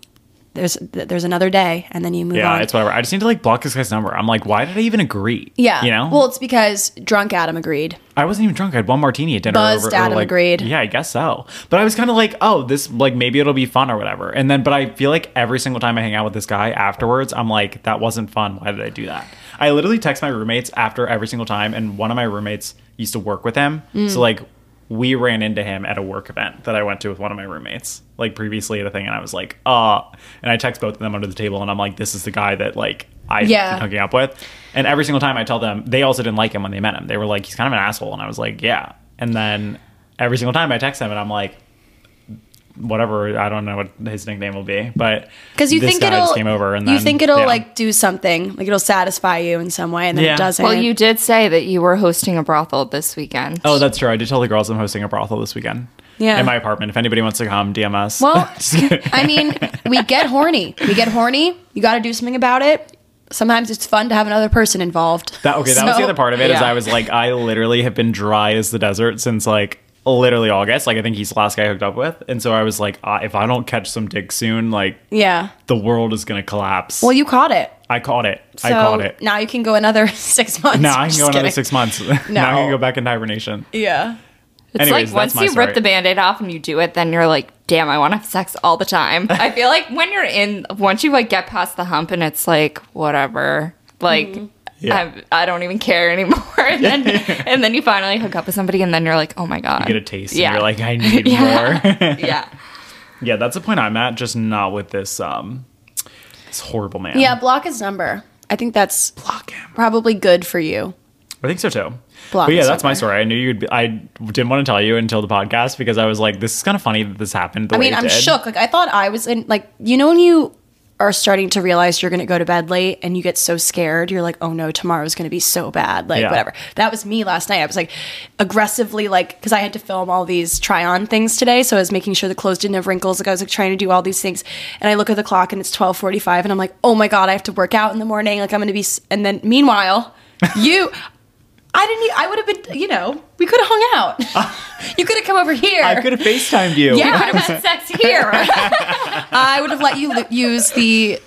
S2: there's th- there's another day, and then you move
S4: Yeah,
S2: on.
S4: it's whatever. I just need to like block this guy's number. I'm like, why did I even agree?
S2: yeah.
S4: you know.
S2: Well, it's because drunk Adam agreed.
S4: I wasn't even drunk. I had one martini at dinner.
S2: Buzzed
S4: over,
S2: Adam
S4: like,
S2: agreed.
S4: Yeah, I guess so. But I was kind of like, oh, this like maybe it'll be fun or whatever. And then, but I feel like every single time I hang out with this guy afterwards, I'm like, that wasn't fun. Why did I do that? I
S2: Mm.
S4: literally text my roommates after every single time, and one of my roommates used to work with him, so like we ran into him at a work event that I went to with one of my roommates, like previously at a thing, and I was like, uh and I text both of them under the table and I'm like, this is the guy that like I
S2: Yeah.
S4: am hooking up with. And every single time I tell them, they also didn't like him when they met him. They were like, he's kind of an asshole. And I was like, yeah. And then every single time I text them and I'm like, whatever, I don't know what his nickname will be, but
S2: Because you
S4: this
S2: think
S4: guy
S2: it'll
S4: just came over and
S2: you
S4: then-
S2: think it'll
S4: yeah.
S2: like do something like it'll satisfy you in some way and then
S4: Yeah.
S2: it doesn't.
S1: Well, you did say that you were hosting a brothel this weekend.
S4: Oh, that's true. I did tell the girls I'm hosting a brothel this weekend.
S2: Yeah.
S4: In my apartment. If anybody wants to come, DM us.
S2: Well,
S4: Just kidding.
S2: I mean, we get horny. We get horny. You got to do something about it. Sometimes it's fun to have another person involved.
S4: that, okay, that was the
S2: So-
S4: other part of it. Is
S1: yeah.
S4: I was like, I literally have been dry as the desert since like literally August. Like I think he's the last guy I hooked up with, and so I was like, uh, if I don't catch some dick soon, like
S2: Yeah.
S4: the world is gonna collapse.
S2: Well, you caught it.
S4: I caught it.
S2: So
S4: I caught it.
S2: Now you can go another six months.
S4: Now I can
S2: Just
S4: go another
S2: kidding.
S4: six months. now I can go back into hibernation.
S2: Yeah.
S1: it's
S4: anyways,
S1: like
S4: that's
S1: once
S4: my
S1: you
S4: story.
S1: rip the band-aid off and you do it, then you're like, damn, I want to have sex all the time. I feel like when you're in once you like get past the hump and it's like, whatever. Like
S4: Yeah.
S1: I'm- I don't even care anymore. And then and then you finally hook up with somebody and then you're like, oh my god.
S4: Get a taste.
S1: Yeah.
S4: And you're like, I need more.
S1: yeah.
S4: yeah, that's the point I'm at. Just not with this um this horrible man.
S2: Yeah. Block his number. I think that's
S4: Block him.
S2: probably good for you.
S4: I think so too.
S2: Block
S4: but yeah,
S2: and
S4: that's my
S2: suffer.
S4: story. I knew you'd. Be, I didn't want to tell you until the podcast because I was like, "This is kind of funny that this happened." The
S2: I mean,
S4: way it
S2: I'm
S4: did.
S2: shook. Like I thought I was in. Like you know when you are starting to realize you're going to go to bed late and you get so scared. You're like, oh no, tomorrow's going to be so bad. Like
S4: Yeah.
S2: whatever. That was me last night. I was like aggressively like because I had to film all these try on things today, so I was making sure the clothes didn't have wrinkles. Like I was like trying to do all these things, and I look at the clock and it's 12:45, and I'm like, oh my god, I have to work out in the morning. Like I'm going to be. s-" And then meanwhile, you. I didn't. e- I would have been. You know, we could have hung out. you could have come over here.
S4: I could have Facetimed you.
S2: Yeah.
S1: Could have had sex here.
S2: I would have let you lo- use the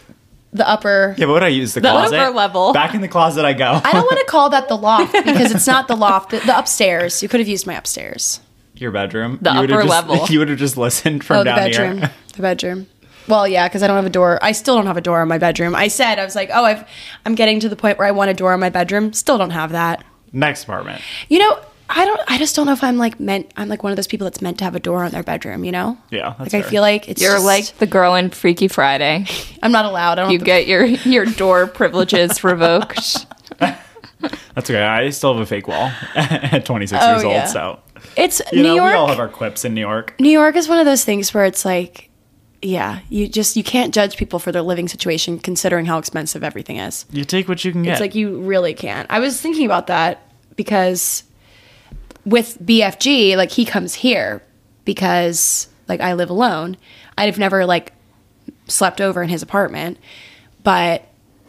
S2: the upper.
S4: Yeah, but what I use the, closet
S1: upper level.
S4: Back in the closet I go.
S2: I don't want to call that the loft because it's not the loft. The, the upstairs. You could have used my upstairs.
S4: Your bedroom.
S1: The
S4: you would have
S1: upper
S4: just,
S1: level.
S4: You would have just listened from
S2: Oh, the
S4: down
S2: bedroom.
S4: here.
S2: The bedroom. Well, yeah, because I don't have a door. I still don't have a door in my bedroom. I said I was like, oh, I've, I'm getting to the point where I want a door in my bedroom. Still don't have that.
S4: Next apartment.
S2: You know, I don't. I just don't know if I'm like meant. I'm like one of those people that's meant to have a door on their bedroom. You know.
S4: Yeah,
S2: Like
S4: that's
S2: I
S4: fair.
S2: feel like it's.
S1: You're
S2: just-
S1: like the girl in Freaky Friday.
S2: I'm not allowed. I don't.
S1: You
S2: have the-
S1: get your your door privileges revoked.
S4: That's okay. I still have a fake wall at 26 years
S2: Oh, yeah.
S4: old. So
S2: It's
S4: you
S2: New
S4: know,
S2: York.
S4: we all have our quips in New York.
S2: New York is one of those things where it's like, yeah, you just you can't judge people for their living situation considering how expensive everything is.
S4: You take what you can get.
S2: It's like you really can't. I was thinking about that because with BFG, like he comes here because like I live alone. I've never like slept over in his apartment, but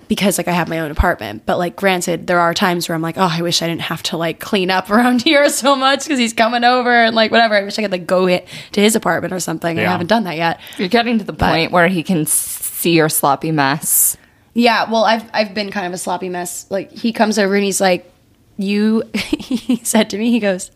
S2: because like I have my own apartment. But like granted, there are times where I'm like, oh, I wish I didn't have to like clean up around here so much because he's coming over and like whatever. I wish I could like go i- to his apartment or something. I
S4: Yeah.
S2: haven't done that yet.
S1: You're getting to the point where he can see your sloppy mess.
S2: Yeah, well, I've I've been kind of a sloppy mess. Like he comes over and he's like, "You," he said to me, he goes,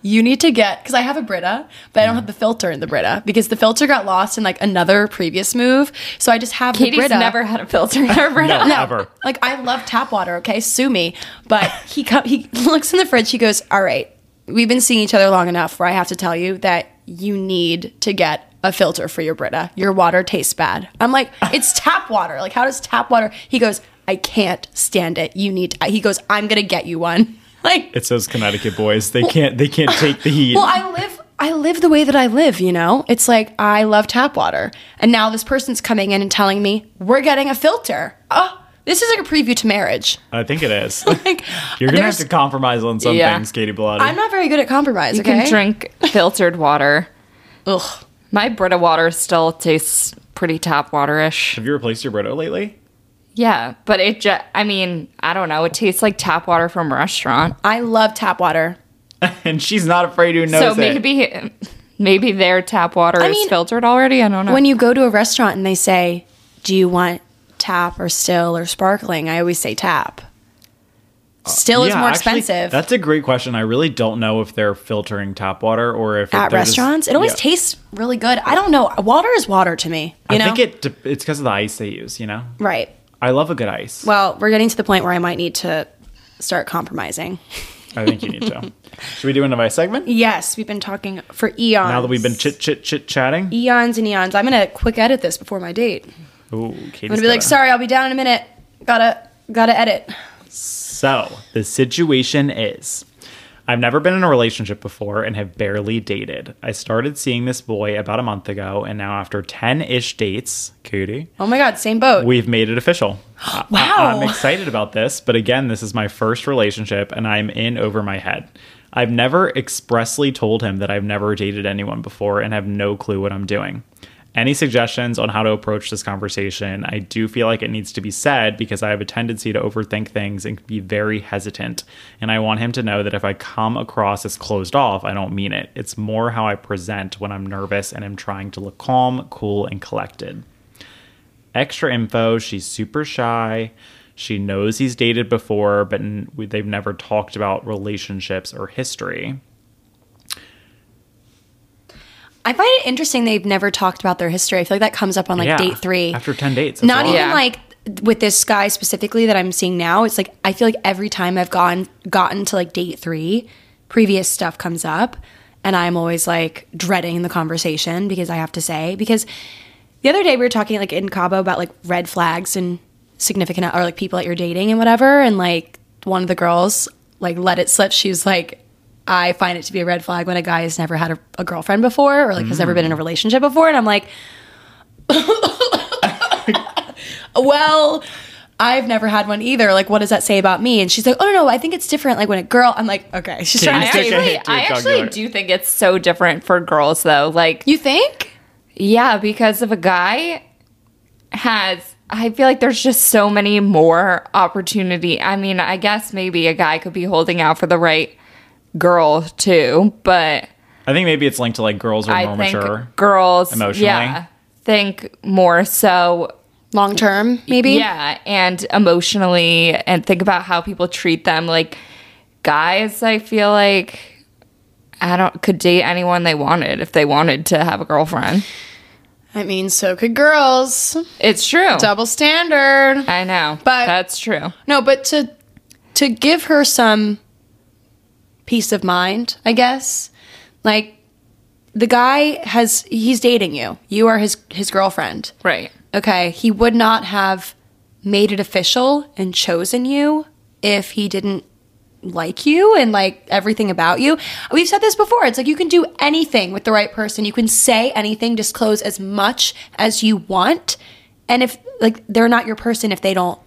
S2: "You need to get," because I have a Brita, but I don't have the filter in the Brita because the filter got lost in like another previous move. So I just have
S1: Katie's
S2: the Brita.
S1: never had a filter in her room.
S4: no,
S2: No,
S4: ever.
S2: like I love tap water. Okay, sue me. But he co- he looks in the fridge. He goes, "All right, we've been seeing each other long enough. Where I have to tell you that you need to get." A filter for your Brita. Your water tastes bad. I'm like, it's tap water. Like, how does tap water? He goes, I can't stand it. You need. He goes, I'm gonna get you one. Like,
S4: It's those Connecticut boys. They can't. They can't take the heat.
S2: well, I live I live the way that I live, you know? It's like I love tap water. And now this person's coming in and telling me, "We're getting a filter." Oh, this is like a preview to marriage.
S4: I think it is.
S2: Like
S4: You're gonna have
S2: there's-
S4: to compromise on some
S1: Yeah.
S4: things, Katie Bloody.
S2: I'm not very good at compromise,
S1: You
S2: okay?
S1: can drink filtered water.
S2: Ugh.
S1: My Brita water still tastes pretty tap waterish.
S4: have you replaced your Brito lately?
S1: Yeah, but it just, I mean, I don't know. It tastes like tap water from a restaurant.
S2: I love tap water.
S4: and she's not afraid to
S1: So
S4: know it.
S1: maybe maybe their tap water is
S2: mean,
S1: filtered already. I don't know.
S2: When you go to a restaurant and they say, "Do you want tap or still or sparkling?" I always say tap. Still is
S4: Uh, Yeah,
S2: more
S4: actually,
S2: expensive.
S4: That's a great question. I really don't know if they're filtering tap water or if
S2: at
S4: they're just-
S2: restaurants, it always
S4: Yeah.
S2: tastes really good. I don't know. Water is water to me. You
S4: I
S2: know,
S4: think it de- it's because of the ice they use. You know,
S2: right?
S4: I love a good ice.
S2: Well, we're getting to the point where I might need to start compromising.
S4: I think you need to. Should we do an advice segment?
S2: Yes, we've been talking for eons.
S4: Now that we've been chit chit chit chatting.
S2: eons and eons. I'm gonna quick edit this before my date. I'm
S4: Ooh, Katie's
S2: gonna be like,
S4: gotta-
S2: sorry, I'll be down in a minute. Gotta gotta edit.
S4: So the situation is I've never been in a relationship before and have barely dated. I started seeing this boy about a month ago, and now after 10 ish dates, Katie,
S2: Oh my god, same boat.
S4: we've made it official.
S2: Wow.
S4: I, am excited about this, but again, this is my first relationship and I'm in over my head. I've never expressly told him that I've never dated anyone before and have no clue what I'm doing. Any suggestions on how to approach this conversation? I do feel like it needs to be said because I have a tendency to overthink things and be very hesitant. And I want him to know that if I come across as closed off, I don't mean it. It's more how I present when I'm nervous and am trying to look calm, cool, and collected extra info. She's super shy. She knows he's dated before, but n- we- they've never talked about relationships or history.
S8: I find it interesting they've never talked about their history. I feel like that comes up on like
S4: Yeah.
S8: date three.
S4: After 10 dates, that's
S8: Not
S4: a
S8: even
S4: lot.
S1: Yeah.
S8: like with this guy specifically that I'm seeing now. It's like I feel like every time I've gone gotten to like date three, previous stuff comes up, and I'm always like dreading the conversation because I have to say because the other day we were talking like in Cabo about like red flags and significant or like people that you're dating and whatever, and like one of the girls like let it slip. She was like. I find it to be a red flag when a guy has never had a, a girlfriend before or like has never been in a relationship before. And I'm like, well i've never had one either like what does that say about me and she's like oh no no i think it's different like when a girl i'm like okay she's trying
S1: I
S8: to
S4: Take a
S1: actually,
S4: hit to
S1: I
S4: your
S1: actually
S4: jugular.
S1: do think it's so different for girls, though. Like,
S8: you think
S1: yeah, because if a guy has, I feel like there's just so many more opportunity. I mean, I guess maybe a guy could be holding out for the right girl too, but
S4: I think maybe it's linked to like girls are
S1: I
S4: more
S1: think
S4: mature.
S1: girls,
S4: Emotionally?
S1: yeah, think more so
S8: long term maybe
S1: Yeah, and emotionally, and think about how people treat them. Like guys, I feel like I don't could date anyone they wanted if they wanted to have a girlfriend.
S2: I mean, so could girls.
S1: It's true.
S2: Double standard.
S1: I know,
S2: But-
S1: that's true.
S2: No, but to to give her some peace of mind, I guess. Like the guy has he's dating you. You are his his girlfriend.
S1: Right.
S2: Okay, he would not have made it official and chosen you if he didn't like you and like everything about you. We've said this before. It's like you can do anything with the right person. You can say anything, disclose as much as you want. And if like they're not your person if they don't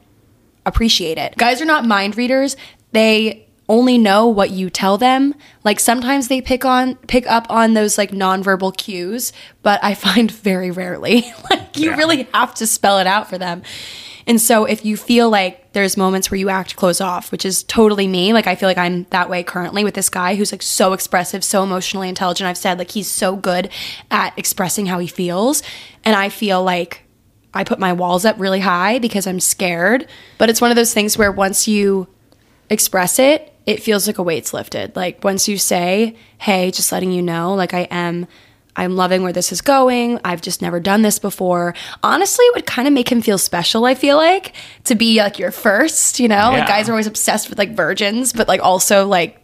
S2: appreciate it. Guys are not mind readers. They only know what you tell them. Like sometimes they pick on pick up on those like nonverbal cues, but I find very rarely. like you really have to spell it out for them. And so if you feel like there's moments where you act close off, which is totally me, like I feel like I'm that way currently with this guy who's like so expressive, so emotionally intelligent. I've said like he's so good at expressing how he feels, and I feel like I put my walls up really high because I'm scared. But it's one of those things where once you express it, it feels like a weight's lifted. Like once you say, "Hey, just letting you know, like I am I'm loving where this is going. I've just never done this before." Honestly, it would kind of make him feel special, I feel like, to be like your first, you know? Like
S4: Yeah.
S2: guys are always obsessed with like virgins, but like also like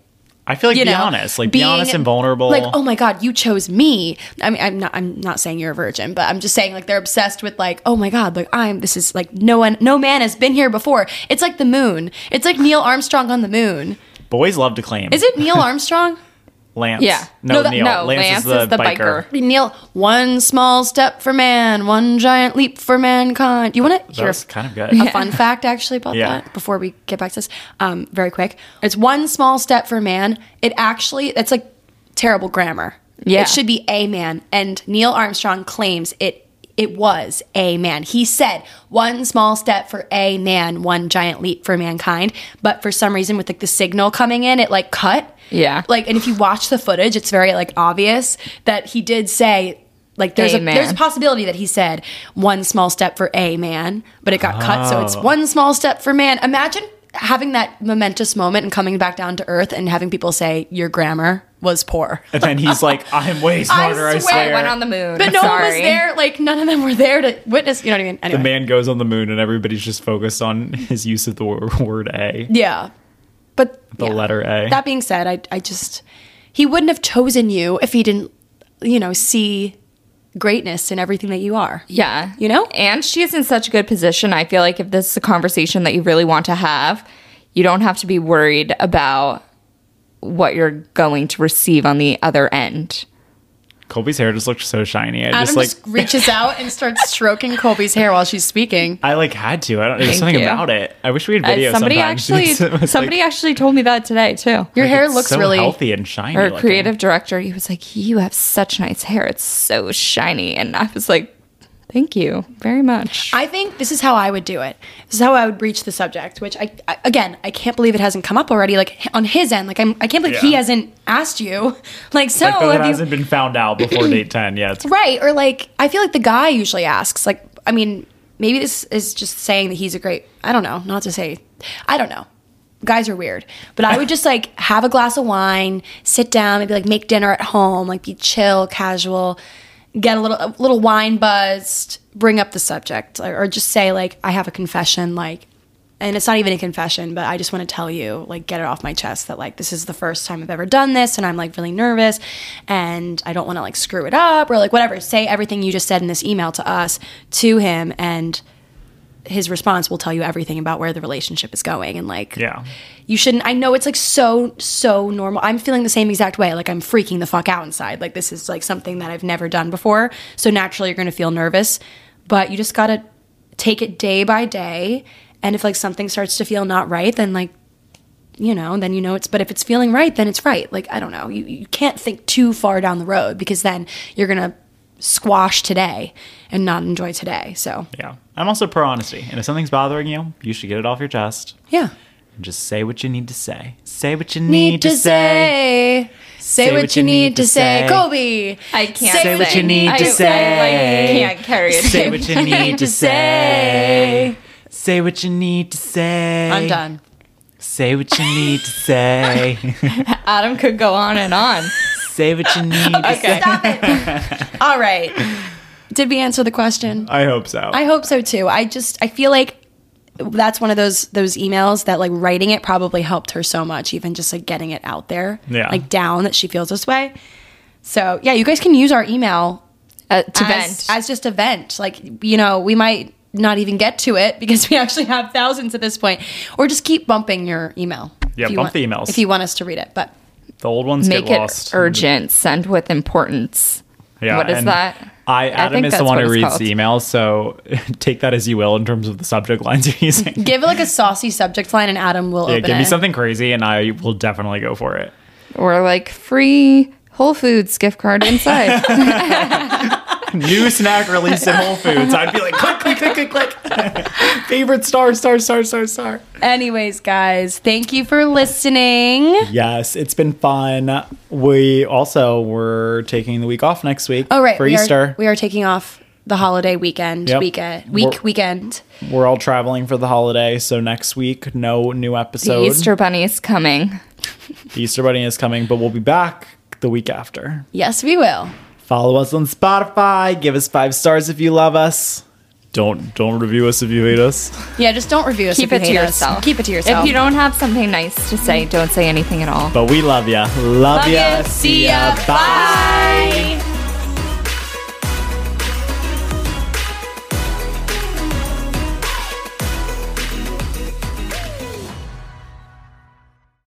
S4: I feel like
S2: you
S4: be
S2: know,
S4: honest, like be
S2: being-
S4: honest and vulnerable.
S2: Like, oh my god, you chose me. I mean, I'm not. I'm not saying you're a virgin, but I'm just saying like they're obsessed with like, oh my god, like I'm. This is like no one, no man has been here before. It's like the moon. It's like Neil Armstrong on the moon.
S4: Boys love to claim.
S2: Is it Neil Armstrong?
S4: Lance?
S1: Yeah.
S4: No,
S1: No, that-
S4: Neil.
S1: no,
S4: Lance, is the, biker.
S2: Neil, one small step for man, one giant leap for mankind. You want to
S4: That
S2: hear
S4: was kind of good.
S2: a fun fact actually about
S4: Yeah.
S2: that before we get back to this um, very quick it's one small step for man it actually that's like terrible grammar
S1: Yeah.
S2: it should be a man and neil armstrong claims it it was a man he said one small step for a man one giant leap for mankind but for some reason with like the signal coming in it like cut
S1: Yeah.
S2: like and if you watch the footage it's very like obvious that he did say like there's a
S1: Amen.
S2: there's a possibility that he said one small step for a man, but it got cut, so it's one small step for man. Imagine having that momentous moment and coming back down to earth and having people say your grammar was poor.
S4: and then he's like, I'm way smarter, I swear.
S2: swear I
S1: I went on the moon.
S2: But no one was
S1: Sorry.
S2: there, like none of them were there to witness, you know what I mean? Anyway.
S4: the man goes on the moon and everybody's just focused on his use of the wor- word A.
S2: yeah. But
S3: the letter A.
S2: That being said, I, I just, he wouldn't have chosen you if he didn't, you know, see greatness in everything that you are.
S1: Yeah.
S2: You know?
S1: And she's in such a good position. I feel like if this is a conversation that you really want to have, you don't have to be worried about what you're going to receive on the other end.
S3: Colby's hair just looked so shiny. I
S4: Adam
S3: just like
S4: just reaches out and starts stroking Colby's hair while she's speaking.
S3: I like had to. I don't. There's
S1: Thank
S3: something
S1: you.
S3: about it. I wish we had
S1: Uh,
S3: video.
S1: somebody
S3: sometimes. It was,
S1: actually
S3: like,
S1: somebody actually told me that today too.
S3: like,
S4: Your hair
S3: it's
S4: looks
S3: so
S4: really
S3: healthy and shiny.
S1: Our
S3: looking.
S1: creative director, he was like, "You have such nice hair. It's so shiny." And I was like, "Thank you very much."
S2: I think this is how I would do it. This is how I would breach the subject, which I, I again, I can't believe it hasn't come up already. Like h- on his end, like I'm, I can't believe he
S3: Yeah.
S2: hasn't asked you. Like so,
S3: Like, though it
S2: Oh, have you-
S3: hasn't been found out before date ten. Yeah, it's
S2: right? Or like I feel like the guy usually asks. Like I mean, maybe this is just saying that he's a great. I don't know. Not to say, I don't know. Guys are weird, but I would just like have a glass of wine, sit down, maybe like make dinner at home, like be chill, casual, get a little a little wine buzzed, bring up the subject, or, or just say like I have a confession, like and it's not even a confession, but I just want to tell you, like, get it off my chest that, like, this is the first time I've ever done this and I'm, like, really nervous and I don't want to, like, screw it up or, like, whatever. Say everything you just said in this email to us, to him, and his response will tell you everything about where the relationship is going. And, like,
S3: yeah.
S2: you shouldn't, I know it's, like, so, so normal. I'm feeling the same exact way. Like, I'm freaking the fuck out inside. Like, this is, like, something that I've never done before. So naturally, you're going to feel nervous, but you just got to take it day by day and if like something starts to feel not right then like you know then you know it's but if it's feeling right then it's right like i don't know you, you can't think too far down the road because then you're gonna squash today and not enjoy today so
S3: Yeah. I'm also pro honesty. And if something's bothering you, you should get it off your chest
S2: yeah
S3: and just say what you need to say. Say what you need, to say.
S2: say, what, you need to say, kobe
S1: I can't
S3: Say what you need
S1: I-
S3: to say.
S1: I, like, can't carry it.
S3: Say what you need to say. Say what you need to say.
S2: i'm done
S3: Say what you need to say.
S1: Adam could go on and on.
S3: say what you need to say.
S2: all right did we answer the question
S3: I hope so.
S2: I hope so too. I just I feel like that's one of those those emails that like writing it probably helped her so much, even just like getting it out there,
S3: Yeah.
S2: like down that she feels this way. So yeah, you guys can use our email
S1: Uh, to
S2: as,
S1: vent.
S2: as just a vent. Like you know, we might not even get to it because we actually have thousands at this point, or just keep bumping your email.
S3: Yeah,
S2: if you
S3: bump
S2: want-
S3: the emails.
S2: if you want us to read it. But
S3: the old ones
S1: Make
S3: get
S1: it
S3: lost.
S1: urgent. Send with importance.
S3: Yeah,
S1: what is
S3: and
S1: that?
S3: I
S1: think
S3: Adam is the
S1: that's
S3: one
S1: what
S3: who
S1: it's
S3: reads
S1: called.
S3: the emails, so take that as you will in terms of the subject lines you're using.
S2: give it like a saucy subject line, and Adam will
S3: yeah,
S2: open
S3: give
S2: it.
S3: me something crazy, and I will definitely go for it.
S1: Or like free Whole Foods gift card inside.
S3: new snack release at Whole Foods. I'd be like, click, click, click, click, click. Favorite star, star, star, star, star.
S2: Anyways, guys, thank you for listening.
S3: Yes, it's been fun. We also were taking the week off next week
S2: Oh right,
S3: for
S2: we
S3: Easter.
S2: Are, we are taking off the holiday weekend,
S3: Yep.
S2: weekend, week,
S3: We're-
S2: weekend.
S3: we're all traveling for the holiday, so next week, no new episode.
S1: the Easter Bunny is coming.
S3: The Easter Bunny is coming, but we'll be back the week after.
S2: Yes, we will.
S3: Follow us on Spotify. Give us five stars if you love us. Don't don't review us if you hate us.
S2: Yeah, just don't review us.
S1: Keep it
S2: if you
S1: to
S2: hate us.
S1: yourself.
S2: Keep it to yourself.
S1: If you don't have something nice to say, don't say anything at all.
S3: But we love ya. Love, ya.
S1: ya. See ya.
S3: Bye.
S2: Bye.